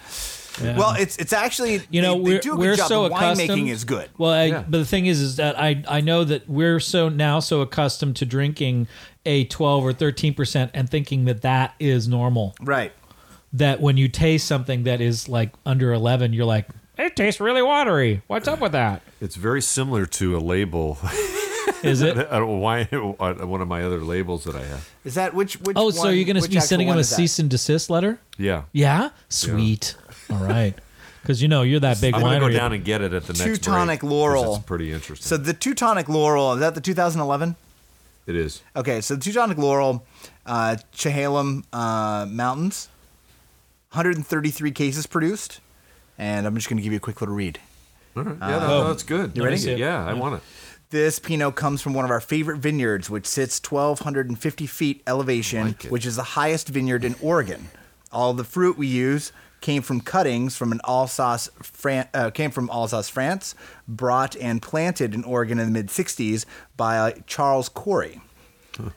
Yeah. Well, it's it's actually you know they, we're, they do a good we're job. so the accustomed winemaking is good. well I, Yeah. but the thing is is that I, I know that we're so now so accustomed to drinking a 12 or 13 percent and thinking that that is normal Right. that when you taste something that is like under 11 you're like it tastes really watery what's up with that It's very similar to a label, is it a wine, one of my other labels that I have. Is that which which oh so one- you're gonna which be actual sending him one a is that? cease and desist letter Yeah. yeah sweet all right because you know you're that big I'm going to winery go down and get it at the next Teutonic break, 'cause Laurel. It's pretty interesting. So the Teutonic Laurel, is that the 2011? it is. Okay, so the Teutonic Laurel, uh, Chehalem uh, Mountains, 133 cases produced. And I'm just going to give you a quick little read. All right. Oh. Yeah, no, that's good. You I ready? dig it. Yeah, I want it. This Pinot comes from one of our favorite vineyards, which sits 1,250 feet elevation, which is the highest vineyard in Oregon. All the fruit we use came from cuttings from an Alsace, Fran- uh, came from Alsace, France, brought and planted in Oregon in the mid 60s by Charles Corey.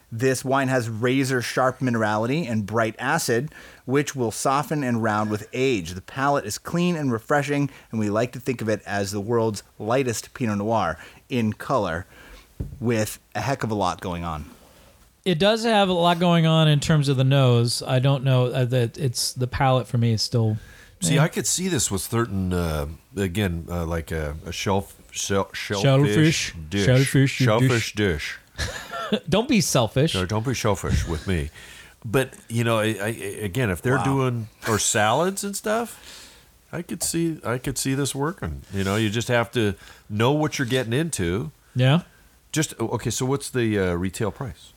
This wine has razor sharp minerality and bright acid, which will soften and round with age. The palate is clean and refreshing, and we like to think of it as the world's lightest Pinot Noir in color, with a heck of a lot going on. it does have a lot going on in terms of the nose i don't know uh, that it's the palate for me is still See, I could see this with certain, uh, again, uh, like a, a shelf, shell, shellfish, Shellfish. dish. Shellfish, dish. Shellfish dish. don't be selfish No, don't be shellfish with me. But you know, I, I, again, if they're doing or salads and stuff, I could see I could see this working. You know, you just have to know what you're getting into. Yeah. Just okay. So what's the uh, retail price?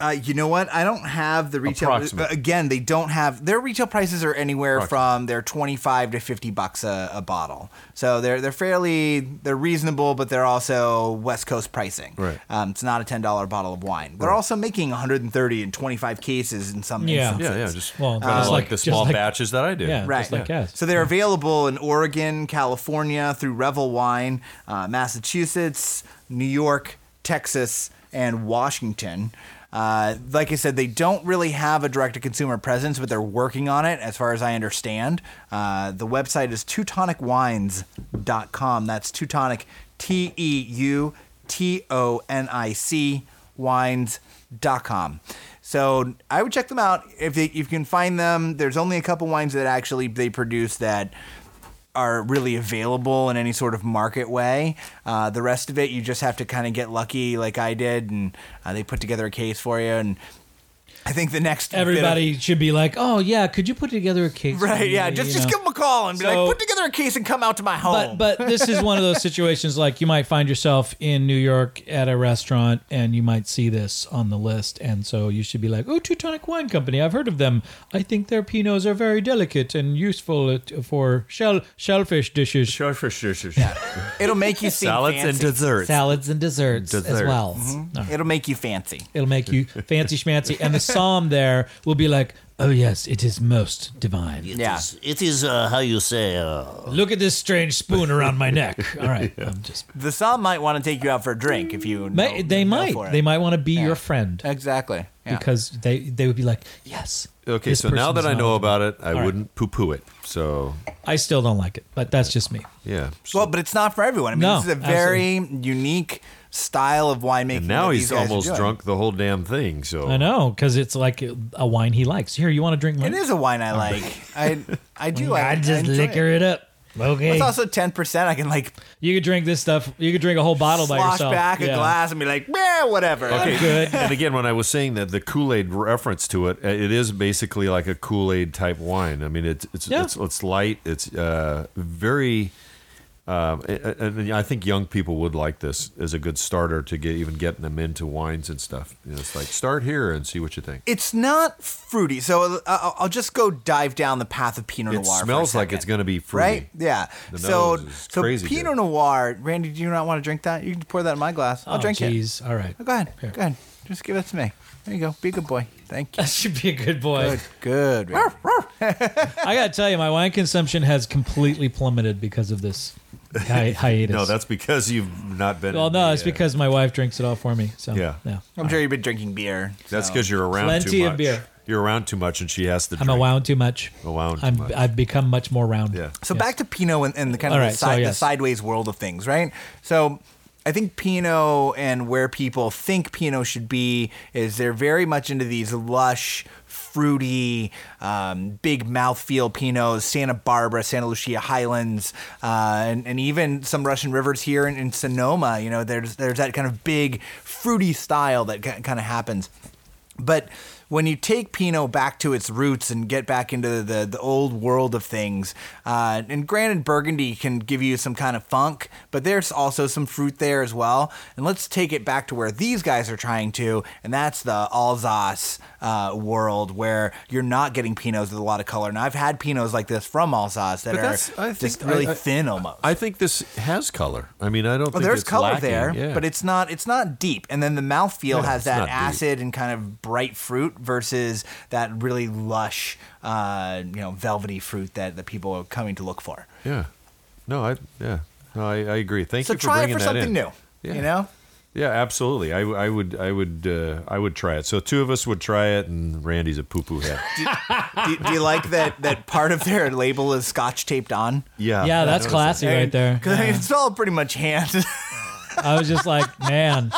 Uh, you know what? I don't have the retail. Approximate. Again, they don't have their retail prices are anywhere Approximate. from their twenty-five to fifty bucks a, a bottle. So they're they're fairly they're reasonable, but they're also West Coast pricing. Right. Um, it's not a ten dollar bottle of wine. They're also making one hundred and thirty and twenty-five cases in some Yeah. instances. Yeah, yeah. Just Well, kinda just like, like- the just small like- batches that I do. Yeah. Right. Just like Yeah. us. So they're available in Oregon, California through Revel Wine, uh, Massachusetts, New York, Texas, and Washington. Uh, like I said, they don't really have a direct to consumer presence, but they're working on it, as far as I understand. Uh, the website is teutonicwines.com. That's Teutonic, T E U T O N I C wines.com. So I would check them out if, they, if you can find them. There's only a couple wines that actually they produce that are really available in any sort of market way. Uh, the rest of it, you just have to kind of get lucky, like I did, and uh, they put together a case for you. And I think the next bit of- Everybody should be like, oh yeah, could you put together a case? for right? me?" Yeah, just You just know? give them a call and be So- like, put together a case and come out to my home. But but this is one of those situations like you might find yourself in New York at a restaurant and you might see this on the list and so you should be like, oh, Teutonic Wine Company, I've heard of them. I think their pinots are very delicate and useful at- for shell shellfish dishes, Shellfish dishes. it'll make you seem Salads and fancy. desserts. salads, and desserts as Dessert. well. it'll make you fancy. It'll make you fancy schmancy, and the psalm there will be like, oh yes, it is most divine. Yeah. It is uh, how you say. Uh, Look at this strange spoon around my neck. All right, I'm just. The Psalm might want to take you out for a drink if you. Ma- know- they know might. for it. They might want to be your friend Exactly. Yeah. because they they would be like, yes. Okay, this so now person that is I know knowledgeable." about it, I All right. wouldn't poo-poo it. So I still don't like it, but that's just me. yeah. So well, but it's not for everyone. I mean, No, this is a very unique style of winemaking. now that he's these guys are almost doing. drunk the whole damn thing. So I know because it's like a wine he likes. Here, you want to drink? It Mine? is a wine Oh, I like. I I do. I just enjoy liquor It. it. up. Okay. It's also ten percent. I can like you could drink this stuff. You could drink a whole bottle by slosh yourself. back a Yeah. glass and be like, meh, whatever. Okay. Good. and again, when I was saying that the Kool Aid reference to it, uh, it is basically like a Kool Aid type wine. I mean, it's it's Yeah. it's, it's light. It's uh, very. Um, a- a- and I think young people would like this as a good starter to get even getting them into wines and stuff. You know, it's like start here and see what you think. It's not fruity, so I'll, I'll just go dive down the path of Pinot It Noir. for a smells like second. it's going to be fruity. Right? Yeah. The so, nose is so crazy Pinot good. Noir, Randy, do you not want to drink that? You can pour that in my glass. I'll Oh, drink it. jeez. All right. Go ahead. Here. Go ahead. Just give it to me. There you go. Be a good boy. Thank you. That should be a good boy. Good. Good. Randy. I gotta tell you, my wine consumption has completely plummeted because of this hi- hiatus. No, that's because you've not been. well, in no, the, it's uh, because my wife drinks it all for me. So Yeah. yeah. I'm sure you've been drinking beer. that's so. because you're around Plenty too of much. beer. You're around too much, and she has to. I'm drink. a wound too much. A wound too I'm, much. I've become much more round. Yeah. So back to Pinot and, and the kind of All the, right, so side, the yes. sideways world of things, right? So I think Pinot and where people think Pinot should be is they're very much into these lush, fruity, um, big mouthfeel Pinots, Santa Barbara, Santa Lucia Highlands, uh, and, and even some Russian rivers here in, in Sonoma. You know, there's there's that kind of big fruity style that kind of happens. But when you take Pinot back to its roots and get back into the, the old world of things, uh, and granted, Burgundy can give you some kind of funk, but there's also some fruit there as well. And let's take it back to where these guys are trying to, and that's the Alsace uh, world where you're not getting Pinots with a lot of color. And I've had Pinots like this from Alsace that But that's- I are think just really I- I- thin almost. I think this has color. I mean, I don't. Well, think there's it's color lacking. there, Yeah. but it's not it's not deep. And then the mouthfeel No, has it's that not deep. acid and kind of bright fruit versus that really lush, uh, you know, velvety fruit that, that people are coming to look for. Yeah. No, I. Yeah. No, I, I agree. Thank So you for try it bringing for that something in. new. Yeah. You know, Yeah, absolutely. I, I would I would uh, I would try it. So two of us would try it, and Randy's a poo poo head. do, do you like that? That part of their label is scotch taped on. Yeah. Yeah, that's classy right there. Because it's all pretty much hand. I was just like, man,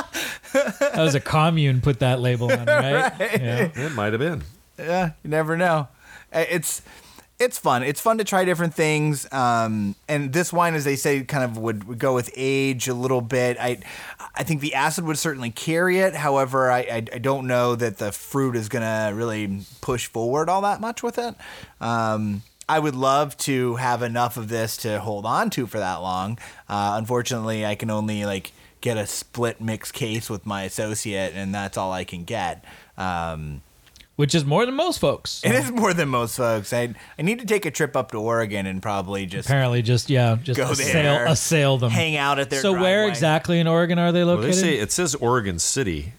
that was a commune put that label on, right? Yeah. It might have been. yeah, you never know. Uh, It's it's fun. It's fun to try different things. Um, and this wine, as they say, kind of would, would go with age a little bit. I I think the acid would certainly carry it. However, I I, I don't know that the fruit is gonna really push forward all that much with it. Um, I would love to have enough of this to hold on to for that long. Uh, unfortunately, I can only like get a split mix case with my associate, and that's all I can get. Um, Which is more than most folks. it is more than most folks. I I need to take a trip up to Oregon and probably just Apparently, just yeah, just Go there. assail, assail them. hang out at their. so where driveway. exactly in Oregon are they Well, they located? say it says Oregon City.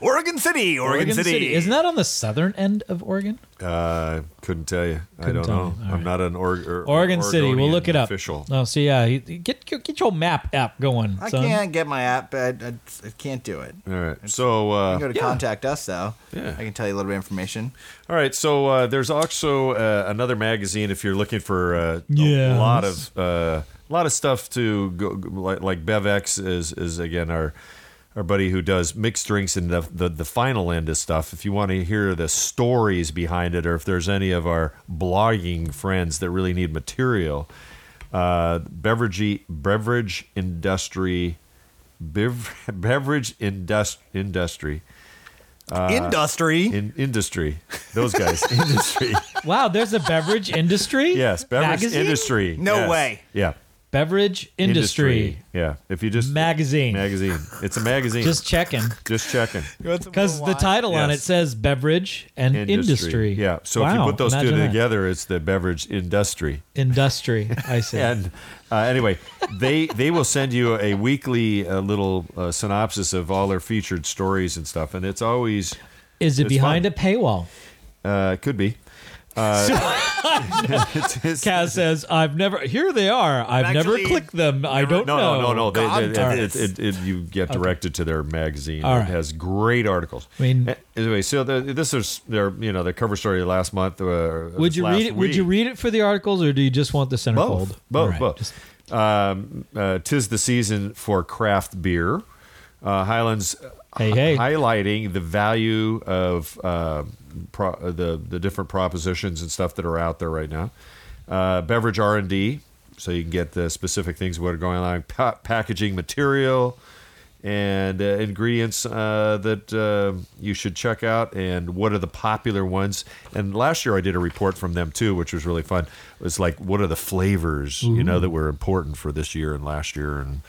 Oregon City, Oregon, City. Isn't that on the southern end of Oregon? Uh, couldn't tell you. I Couldn't don't tell know. you. All I'm not an Org- or, Oregon City. We'll Oregonian look it up. Official. Oh, so yeah, you- you get your- get your map app going. I son. can't get my app. I, I, I can't do it. All right. So You go uh, to contact us though. Yeah. I can tell you a little bit of information. all right. So uh, there's also uh, another magazine if you're looking for uh, Yes. a lot of uh, a lot of stuff to go like, like BevX is is again our. Our buddy who does mixed drinks and the, the the final end of stuff. If you want to hear the stories behind it, or if there's any of our blogging friends that really need material, uh, beverage beverage industry bev, beverage indust, industry Uh, Industry. in industry. Those guys, industry. Wow, there's a beverage industry. Yes, beverage magazine? industry. No Yes. way. Yeah, Beverage industry, Yeah, if you just magazine. magazine. It's a magazine. Just just checking just checking. because the title on it Yes. says beverage and industry. Yeah. So if you Wow, put those two imagine that. together, it's the beverage industry. industry. I see. And uh, anyway, they they will send you a weekly uh, little uh, synopsis of all their featured stories and stuff, and it's always Is it It's behind fun. a paywall? uh, could be. Uh, it's- it's- Kaz says, "I've never. Here they are. I've never actually clicked them. I don't no, know. no, no, no. They, they, darn it, it, it, you get directed to their magazine. All It right. has great articles. I mean- A- anyway, so the, this is their, you know, their cover story last month. Uh, or Would this you last read it? Would you read week. it for the articles, or do you just want the centerfold? both? All Both, right, both. just- Um, uh, Tis the season for craft beer. Uh, Highlands Hey, hey. highlighting the value of uh, pro- uh, the the different propositions and stuff that are out there right now. Uh, beverage R and D, so you can get the specific things what are going on. Pa- packaging material and uh, ingredients uh, that uh, you should check out, and what are the popular ones. And last year I did a report from them too, which was really fun. It was like what are the flavors you Mm-hmm. know that were important for this year and last year, and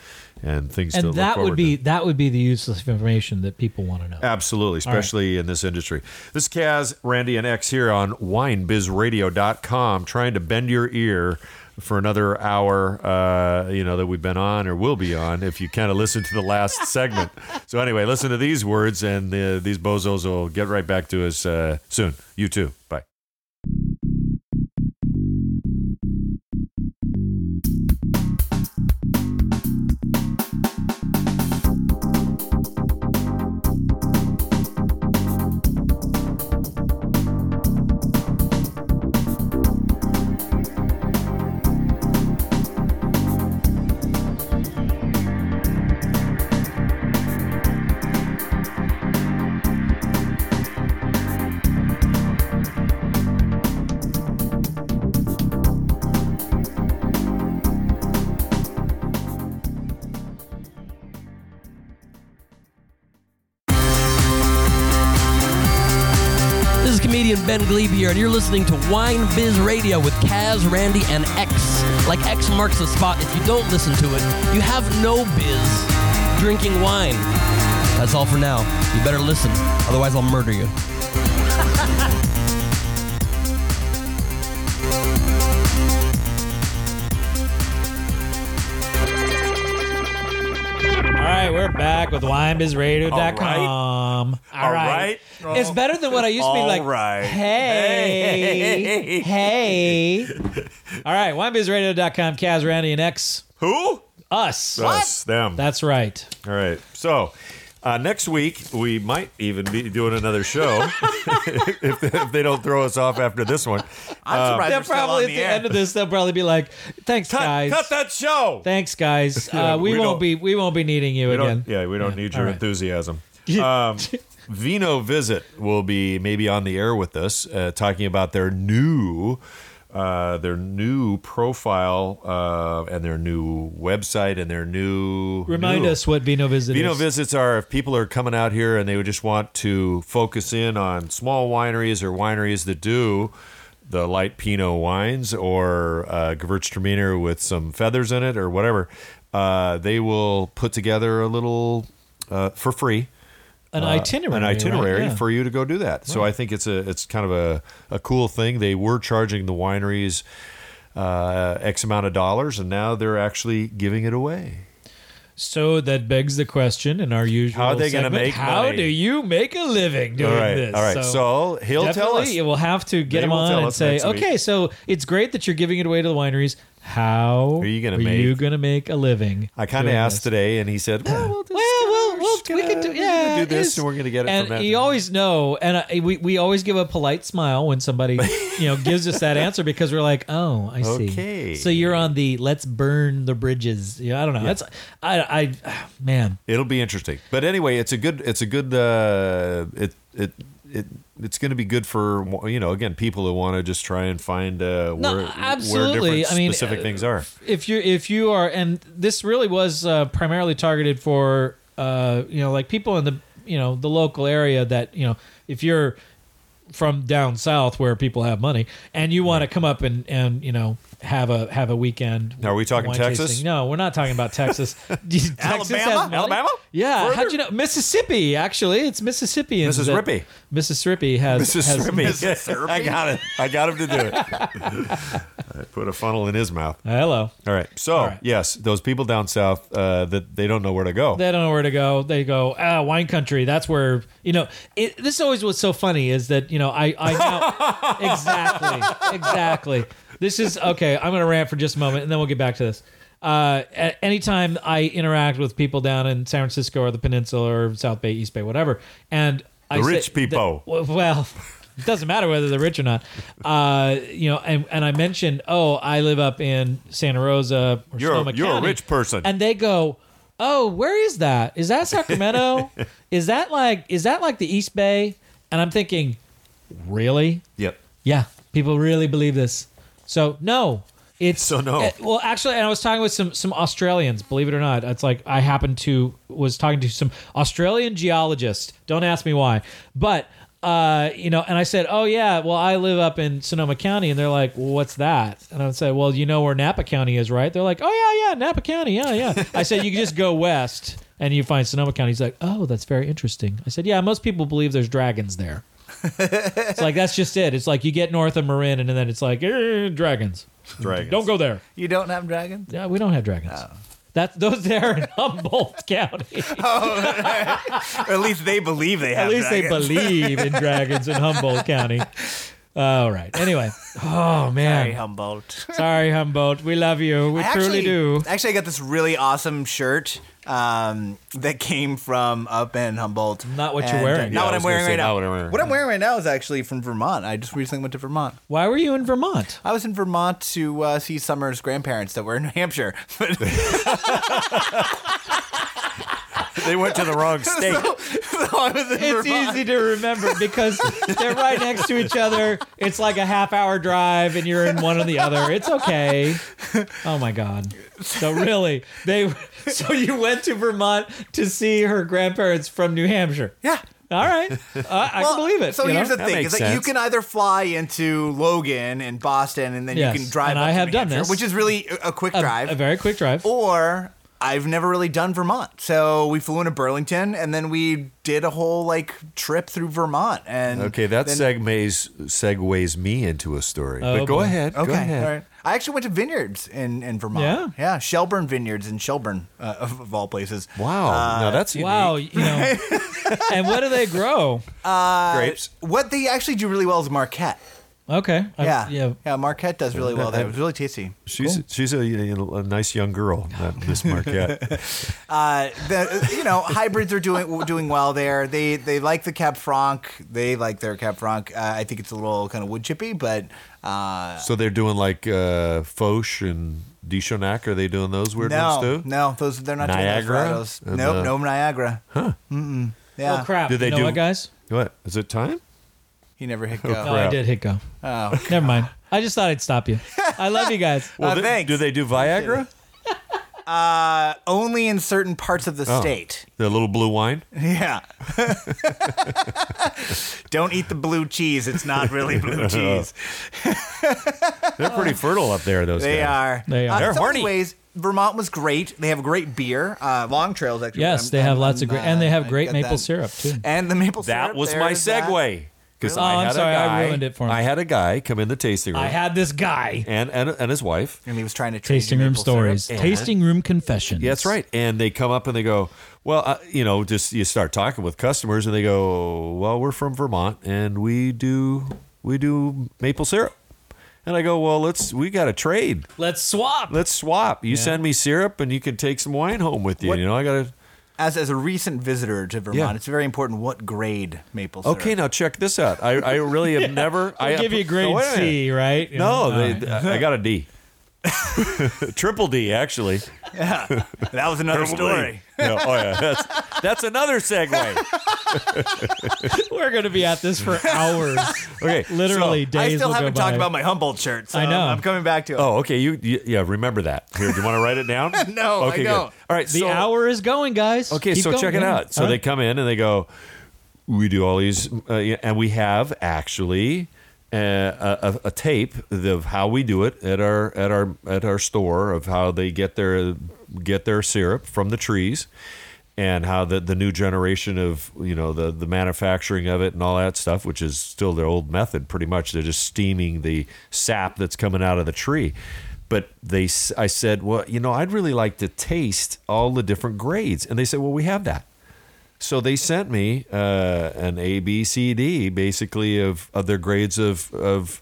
and things. to and look that would forward to. be that would be the useless information that people want to know. Absolutely, especially in this industry. This is Kaz, Randy, and X here on WineBizRadio.com, trying to bend your ear for another hour, uh, you know, that we've been on or will be on if you kind of listen to the last segment. So, anyway, listen to these words, and the, these bozos will get right back to us uh, soon. You too. Bye. This is comedian Ben Glebe here, and you're listening to Wine Biz Radio with Kaz, Randy, and X. Like X marks the spot. If you don't listen to it, you have no biz drinking wine. That's all for now. You better listen, otherwise I'll murder you. All right, we're back with WineBizRadio.com. All right. It's better than what I used to be All like. right. Hey. Hey. All right, WineBizRadio.com, Kaz, Randy, and X. Who? Us. Us, them. That's right. All right. So uh, next week we might even be doing another show if, if they don't throw us off after this one. Uh, I'm surprised They'll we're still on probably, at the the air. end of this, they'll probably be like, thanks, Cut, guys. cut that show. Thanks, guys. Uh, we, we won't don't- be we won't be needing you We again. don't, yeah, we don't need all your right. enthusiasm. Um, Vino Visit will be maybe on the air with us, uh, talking about their new. Uh, their new profile uh, and their new website and their new Remind new. us what Vino Visit Vino is. visits are if people are coming out here and they would just want to focus in on small wineries or wineries that do the light Pinot wines or uh, Gewürztraminer with some feathers in it or whatever. Uh, they will put together a little uh, for free an itinerary. uh, an right? itinerary Yeah. for you to go do that. So I think it's a it's kind of a, a cool thing. They were charging the wineries uh, X amount of dollars, and now they're actually giving it away. So that begs the question in our usual How are they gonna segment, make How money? do you make a living doing All right, this? all right. So he'll tell definitely us. you will have to get They him will tell on and us say, next week. "Okay, so it's great that you're giving it away to the wineries. How Are you gonna are make- you gonna make a living?" I kind of doing asked this? today, and he said, "Well, we'll just Well, well, well, just we gonna- can do we're gonna yeah. do it this, is. and we're gonna get it And from that." you always know, and I, we we always give a polite smile when somebody you know gives us that answer because we're like, oh, I see. Okay. So you're on the let's burn the bridges. Yeah, I don't know. That's I I man. It'll be interesting. But anyway, it's a good. It's a good. Uh, it it. It, it's going to be good for you know again people who want to just try and find uh, where, No, where absolutely. different I mean, specific uh, things are. if you if you are and this really was uh, primarily targeted for uh, you know like people in the you know the local area that you know if you're from down south where people have money and you want to come up and and you know have a have a weekend Are we talking wine Texas? tasting. no we're not talking about texas Texas has Alabama? money? Alabama? yeah Further? how'd you know mississippi actually it's mississippi Mississippi. mississippi has has Mississippi. I got it. I got him to do it. I put a funnel in his mouth. hello All right. So All right. yes, those people down south uh, that they don't know where to go. they don't know where to go. They go ah, wine country. That's where you know. It, this always was so funny is that you know I I now exactly exactly. This is okay. I'm gonna rant for just a moment and then we'll get back to this. Uh, a- anytime I interact with people down in San Francisco or the Peninsula or South Bay, East Bay, whatever, and I The say- rich people. Well, well, it doesn't matter whether they're rich or not. Uh, you know, and, and I mentioned, oh, I live up in Santa Rosa or You're a- Sonoma you're a County. rich person. And they go, oh, where is that? Is that Sacramento? is that like is that like the East Bay? And I'm thinking, really? Yep. Yeah, people really believe this. So no, it's So no. eh, well, actually, and I was talking with some some Australians. Believe it or not, it's like I happened to was talking to some Australian geologist. Don't ask me why, but uh, you know, and I said, oh yeah, well I live up in Sonoma County, and they're like, well, what's that? And I would say, well, you know where Napa County is, right? They're like, oh yeah, yeah, Napa County, yeah, yeah. I said, you can just go west. And you find Sonoma County. He's like, "Oh, that's very interesting." I said, "Yeah, most people believe there's dragons there." it's like that's just it. It's like you get north of Marin, and then it's like "Eh, dragons. Dragons. Don't go there. You don't have dragons? Yeah, we don't have dragons. That those there in Humboldt County. Or at least they believe they have At least they dragons. believe in dragons in Humboldt County. All right. Anyway. Oh Sorry, man. Humboldt. Sorry, Humboldt. We love you. We I truly actually, do. Actually, I got this really awesome shirt um, that came from up in Humboldt. Not what you're And, uh, wearing. Not Yeah, what I I'm was wearing gonna say, right not now. what I'm wearing. right now is actually from Vermont. I just recently went to Vermont. Why were you in Vermont? I was in Vermont to uh, see Summer's grandparents that were in New Hampshire. But They went to the wrong state. so I was in It's Vermont. easy to remember because they're right next to each other. It's like a half hour drive and you're in one or the other. It's okay. Oh my god. So really, they so you went to Vermont to see her grandparents from New Hampshire. Yeah. All right. I I Well, can believe it. So you here's know? the That thing: makes is that you sense. can either fly into Logan and Boston, and then Yes, you can drive. and up I to have New done Hampshire, this. which is really a, a quick a, drive. a very quick drive. or I've never really done Vermont. So we flew into Burlington and then we did a whole like trip through Vermont. And Okay, that then- segues segues me into a story. Oh, but go boy. ahead. Okay, Go ahead. all right. I actually went to vineyards in, in Vermont. Yeah? yeah, Shelburne Vineyards in Shelburne, uh, of, of all places. Wow. Uh, now that's unique. Wow, you know. and what do they grow? uh, Grapes. What they actually do really well is Marquette. Okay. I- Yeah, Um, yeah. Marquette does really well. There, it was really tasty. She's she's a, you know, a nice young girl, that Miss Marquette. Uh, the, you know, hybrids are doing doing well there. They they like the Cab Franc. They like their Cab Franc. Uh, I think it's a little kind of wood chippy, but uh, so they're doing like uh, Foch and Dichonac. Are they doing those weird no, ones too? no, those they're not Niagara? doing those And, Nope, uh, no Niagara. Huh? Mm-mm. Yeah, Oh crap. Do they you know do- what, guys? What is it time? he never hit go. No, I Oh, crap. did hit go. Oh. Never mind. I just thought I'd stop you. I love you guys. Well, Uh, they- thanks. do they do Viagra? Only in certain parts of the Oh. state. The little blue wine. Yeah. Don't eat the blue cheese. It's not really blue cheese. They're pretty fertile up there. Those They guys. are. They Uh, are. in They're so many horny. ways, Vermont was great. They have great beer. Uh, long trails, actually. Yes, I'm- they have I'm- lots of I'm, great, and they uh, have I great got maple that. syrup too. And the maple syrup. That was my there's that. segue. Because Oh, I I'm had sorry, a I guy. ruined it for him. I had a guy come in the tasting room. I had this guy. and, and and his wife. And he was trying to trade you Tasting room maple syrup. stories. syrup. Tasting room confessions. Yeah, that's right. And they come up and they go, well, uh, you know, just you start talking with customers and they go, well, we're from Vermont and we do we do maple syrup. And I go, well, let's we got to trade. Let's swap. Let's swap. You send me syrup and you can take some wine home with you. What- You know, I got to. As as a recent visitor to Vermont, Yeah. it's very important what grade maple syrup. Okay, now check this out. I, I really have never. I'll I give you a grade No, wait a minute. C, right? You No, know? they, I got a D. Triple D, actually. That was another story. Yeah, oh yeah, that's that's another segue. we're going to be at this for hours. Okay, so- Literally days. I still will go haven't talked by. about my Humboldt shirt. So I know. I'm coming back to it. Oh, okay. You, you yeah, remember that. Here, do you want to write it down? No, I okay, don't. Good. All right, The so, hour is going, guys. Okay, Keep so going, check it yeah. out. So All they right. come in and they go, "We do all these, uh, yeah, and we have actually uh, a, a, a tape of how we do it at our at our at our store of how they get their get their syrup from the trees." And how the, the new generation of you know the, the manufacturing of it and all that stuff, which is still their old method, pretty much. They're just steaming the sap that's coming out of the tree but they s- I said, "Well, you know, I'd really like to taste all the different grades." And they said, "Well, we have that." So they sent me uh, an A B C D basically of of their grades of of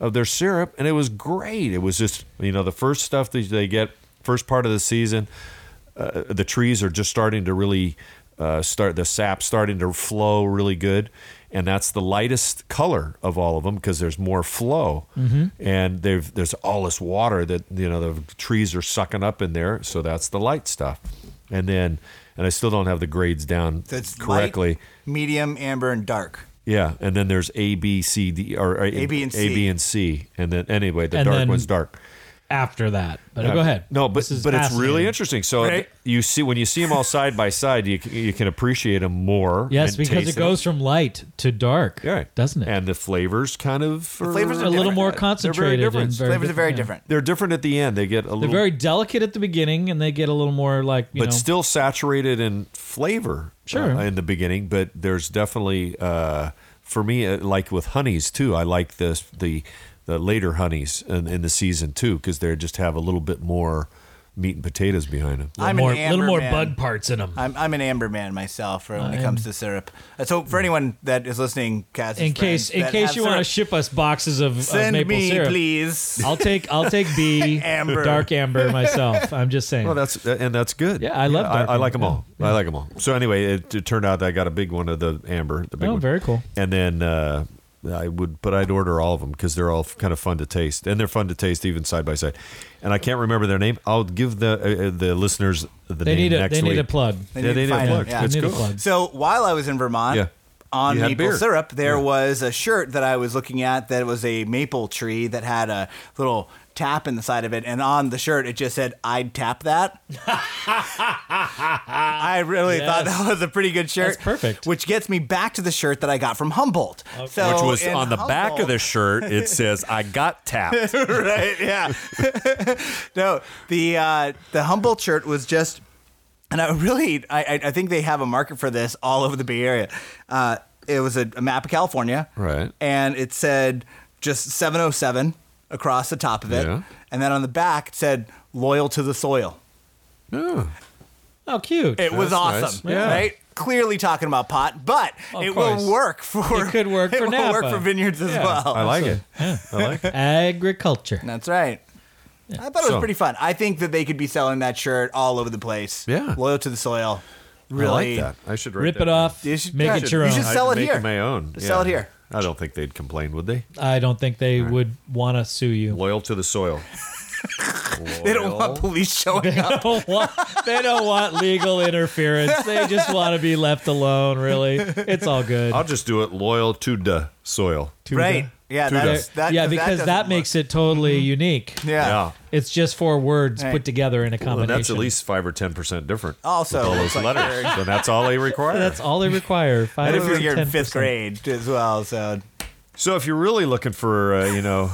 of their syrup and it was great. It was just, you know, the first stuff that they get first part of the season uh, the trees are just starting to really uh, start the sap starting to flow really good and that's the lightest color of all of them because there's more flow Mm-hmm. and they've, there's all this water that you know the trees are sucking up in there so that's the light stuff and then and i still don't have the grades down That's light, correctly medium, amber, and dark. yeah and then there's a b c d or, or a B, and a C. b and c and then anyway the And dark then- one's dark after that. But go ahead. no, but This is but it's really fascinating. interesting. So Right? you see when you see them all side by side, you c- you can appreciate them more. Yes, and because it taste goes them. from light to dark, Yeah, right. doesn't it? And the flavors kind of are, flavors are a little different. more They're very concentrated. different. and very Flavors are very yeah. different. They're different at the end. They get a They're little, very delicate at the beginning, and they get a little more like you but know. still saturated in flavor. Sure. uh, in the beginning, but there's definitely uh, for me, uh, like with honeys too, I like this the the later honeys in, in the season too because they just have a little bit more meat and potatoes behind them. I'm more, an amber little more man. bug parts in them. I'm, I'm an amber man myself uh, when it comes to syrup. Uh, So for anyone that is listening, Kaz, in case, in case you want to ship us boxes of, of send maple me, syrup, please. I'll take I'll take B Amber. dark amber myself. I'm just saying. Well, that's uh, and that's good. Yeah, I love dark I, I like them ones, all. I like them all. So anyway, it, it turned out that I got a big one of the amber, the big Oh, one. very cool. And then uh, I would, but I'd order all of them because they're all kind of fun to taste, and they're fun to taste even side by side. And I can't remember their name. I'll give the uh, the listeners the they name need a next they week. need a plug. They yeah, need to they need a find it, plug. yeah. It's They need a cool. plug. So while I was in Vermont, Yeah. on You had maple beer. syrup, there was a shirt that I was looking at that was a maple tree that had a little tap in the side of it, and on the shirt it just said, "I'd tap that." I really thought Yes. that was a pretty good shirt. That's perfect. Which gets me back to the shirt that I got from Humboldt, so Which was in on the back of Humboldt- the shirt. It says, "I got tapped." right? Yeah. no, the uh, the humble shirt was just, and I really, I I- I think they have a market for this all over the Bay Area. Uh, it was a, a map of California, Right. And it said just 707 across the top of it, Yeah. and then on the back it said "Loyal to the Soil." Oh, Oh, cute. It was That's awesome, nice. Yeah. right? Clearly talking about pot, but Of it course. will work for It could work it for will work Napa. for vineyards as Yeah. well. I like it. I like it. Agriculture. That's right. I thought it was So- pretty fun. I think that they could be selling that shirt all over the place. Yeah. Loyal to the soil. I Really. like that. I should write Rip that it off. You should- make yeah, it your you own. should I sell could it make here. My own. Sell it here. I don't think they'd complain, would they? I don't think they would want to sue you. Loyal to the soil. They don't want police showing up. They don't want- they don't want legal interference. They just want to be left alone. Really, it's all good. I'll just do it loyal to the soil. To right. the- Yeah. Tudor. That's, that, yeah, because doesn't that, look- makes it totally unique. Yeah. Yeah. It's just four words Right. put together in a Well, combination. then that's at least five or ten percent different. Also, with all it's those Oh, like letters. very- so that's all they require. That's all they require. Five And if or you're in 10%. fifth grade as well, so so if you're really looking for, uh, you know,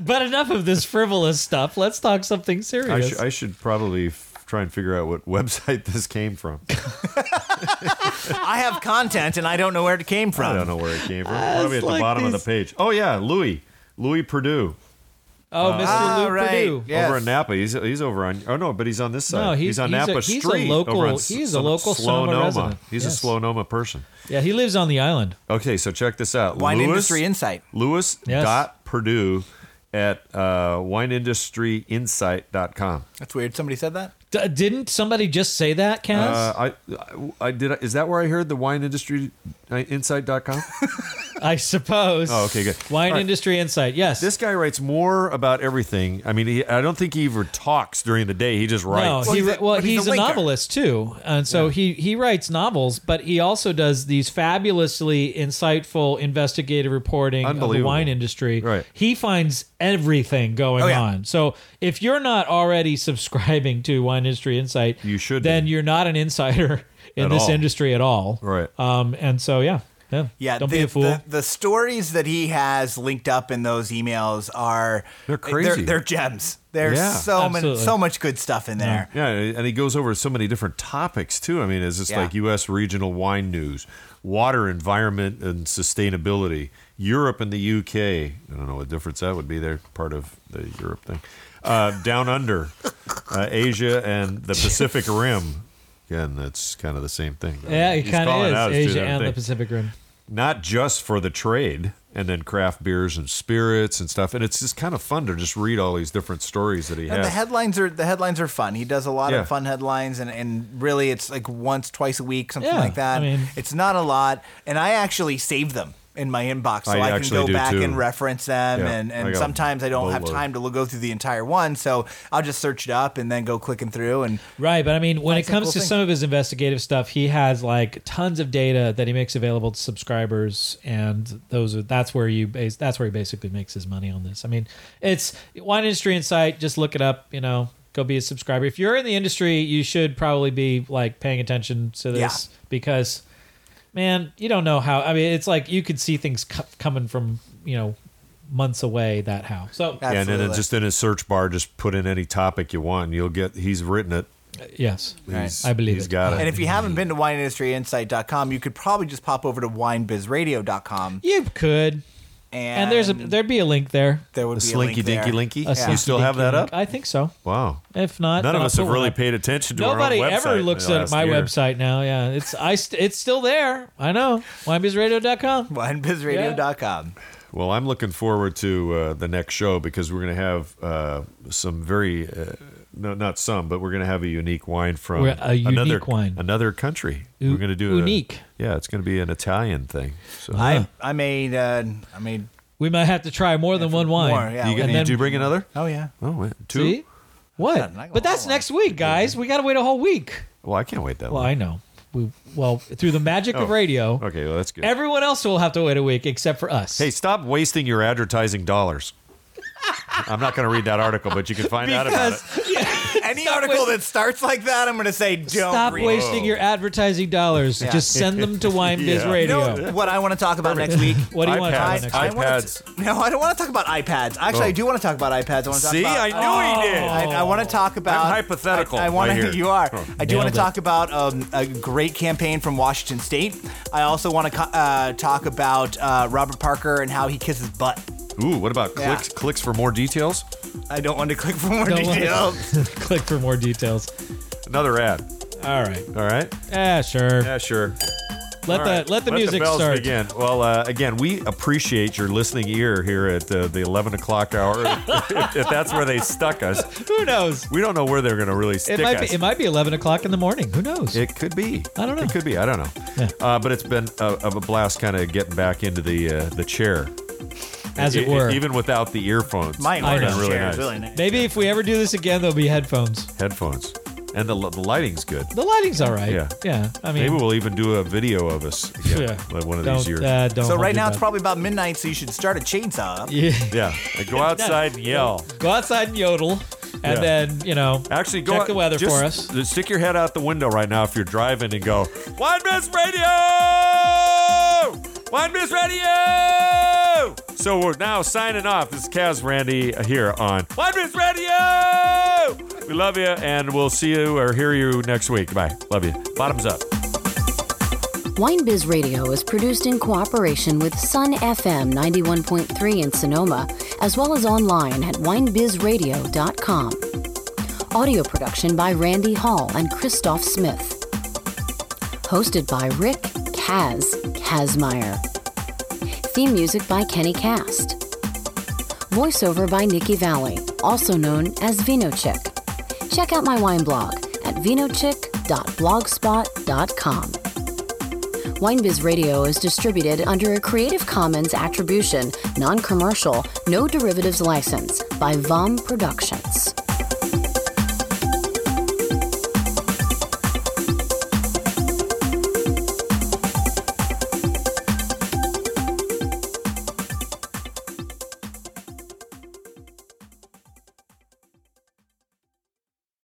But enough of this frivolous stuff. Let's talk something I, serious. sh- I should probably f- try and figure out what website this came from. I have content and I don't know where it came from. I don't know where it came from. Probably at like the bottom of these- the page. Oh yeah, Louis, Louis Purdue oh, Mr. Ah, Lou right. Perdue. Yes. over in Napa. He's he's over on. Oh no, but he's on this side. No, he- he's on he's a- Napa he's a Street. local- over on he's a S- local Sonoma Slonoma. resident. He's Yes. a Slonoma person. Yeah, he lives on the island. Okay, so check this out. Wine Louis- industry insight. Lewis Yes. dot Purdue at uh, wineindustryinsight.com. That's weird. Somebody said that. D- didn't somebody just say that, Kaz? Uh, I, I, I did. I, is that where I heard the wineindustryinsight.com? I suppose. Oh, okay, good. Wine All right. industry insight. Yes. this guy writes more about everything. I mean, he, I don't think he even talks during the day. He just no, writes. he, he's wri- a- well, but he's he's, a a, linker. novelist too, and so he he writes novels, but he also does these fabulously insightful investigative reporting of the Unbelievable. wine industry. Right. He finds everything going Oh, yeah. on. So if you're not already subscribing to Wine Industry Insight, You should Then be. you're not an insider in At this all. industry at all. Right. Um. And so yeah. Yeah. Yeah, Don't the, be a fool. The, the stories that he has linked up in those emails are eh, They're crazy. They're, gems. There's Yeah. so many, Absolutely. so much good stuff in there. Yeah, and he goes over so many different topics too. I mean, it's just Yeah. like U.S. regional wine news, water, environment, and sustainability. Europe and the U.K. I don't know what difference that would be. They're part of the Europe thing. Uh, down under, uh, Asia and the Pacific Rim. Again, that's kind of the same thing. yeah, it He's kind calling out of it's is two Asia different and the things. Pacific Rim. Not just for the trade, and then craft beers and spirits and stuff. And it's just kind of fun to just read all these different stories that he And has. the headlines are the headlines are fun. He does a lot Yeah. of fun headlines, and, and really, it's like once, twice a week, something Yeah, like that. I mean- it's not a lot, and I actually save them in my inbox so I I, can actually go do back too. and reference them. Yeah, and I and got a sometimes I don't have boatload. time to go through the entire one, so I'll just search it up and then go clicking through. And Right, but I mean, when it That's a comes cool to thing. some of his investigative stuff, he has like tons of data that he makes available to subscribers, and those are that's where you base that's where he basically makes his money on this. I mean, it's wine industry insight. Just look it up, you know. Go be a subscriber. If you're in the industry, you should probably be like paying attention to this because, man, you don't know how. I mean, it's like you could see things co- coming from you know months away. That how so. Absolutely. And then it- just in a search bar, just put in any topic you want, and you'll get. He's written it Yes. He's- I believe he's it. got And it. if you haven't been to wineindustryinsight.com, you could probably just pop over to winebizradio.com. You could. And, And there's a there'd be a link there. there would be The a slinky link there. dinky linky. A You slinky still have that dinky up? link. I think so. Wow. If not, None then of I'll us have put one really up. paid attention to Nobody our own website. ever in looks the at last my year. website now. Yeah, it's I. St- it's still there. I know. WineBizRadio.com. Winebizradio.com. Well, I'm looking forward to uh, the next show because we're going to have uh, some very, uh, no, not some, but we're going to have a unique wine from We're- a unique another wine. another country. U- we're going to do a- unique. yeah, it's going to be an Italian thing. So I, I made, uh, I made, We might have to try more than one wine. more, yeah. you, and you then- do bring another? oh yeah. Oh, wait, two. See Yeah, what? not gonna But that's lie. next week, guys. We got to wait a whole week. Well, I can't wait that Well, long. I know. We well through the magic of Oh, radio. Okay, well that's good. Everyone else will have to wait a week except for us. hey, stop wasting your advertising dollars. I'm not going to read that article, but you can find out about it. Any article wast- that starts like that, I'm going to say, don't stop read it. wasting your advertising dollars. Yeah. Just send them to Wine Biz Yeah. You Radio. know what I want to talk about next week? what do you want to iPads. talk I, I about next week? iPad. wanna iPads. t- no, I don't want to talk about iPads. Actually, Oh. I do want to talk about iPads. I want to talk See, about. I knew Oh, he did. I, I want to talk about I'm hypothetical I, I want right to. here. You are. Oh. I do want Nailed to it. talk about um, a great campaign from Washington State. I also want to co- uh, talk about uh, Robert Parker and how he kisses butt. Ooh, what about Yeah. clicks? Clicks for more details. I don't want to click for more Don't want to- details. Click for more details. Another ad. All right. All right. Ah, sure. Yeah, sure. let All the right, let the music bells start. Begin. Well, uh, again, we appreciate your listening ear here at uh, the 11 o'clock hour. if, if that's where they stuck us, Who knows? we don't know where they're going to really stick It might us. be it might be eleven o'clock in the morning. Who knows? It could be. I don't know. It could be. I don't know. Yeah. Uh, but it's been a, of a blast, kind of getting back into the uh, the chair, as it E- were. even without the earphones. Mine I was really, know. Really nice. nice. really nice. Maybe if we ever do this again, there'll be headphones. headphones, and the, l- the lighting's good. The lighting's all right. Yeah. Yeah. I mean, Maybe we'll even do a video of us again, like one of don't, these years. Uh, don't So hold right me now back. it's probably about midnight, so you should start a chainsaw. up. yeah. yeah, go outside and yell. Go outside and yodel, and Yeah. then you know. Actually, go check out- the weather just uh, for us. Stick your head out the window right now if you're driving and go, Wine Miss Radio! Wine Miss Radio! So we're now signing off. This is Kaz Randy here on Wine Miss Radio! We love you, and we'll see you or hear you next week. Bye. Love you. Bottoms up. Wine Biz Radio is produced in cooperation with Sun FM 91.3 in Sonoma, as well as online at winebizradio.com. Audio production by Randy Hall and Christoph Smith. Hosted by Rick Kaz Kazmaier. Theme music by Kenny Cast. Voiceover by Nikki Valley, also known as VinoChick. Check out my wine blog at vinochick.blogspot.com. WineBiz Radio is distributed under a Creative Commons Attribution, non commercial, no derivatives license by VOM Productions.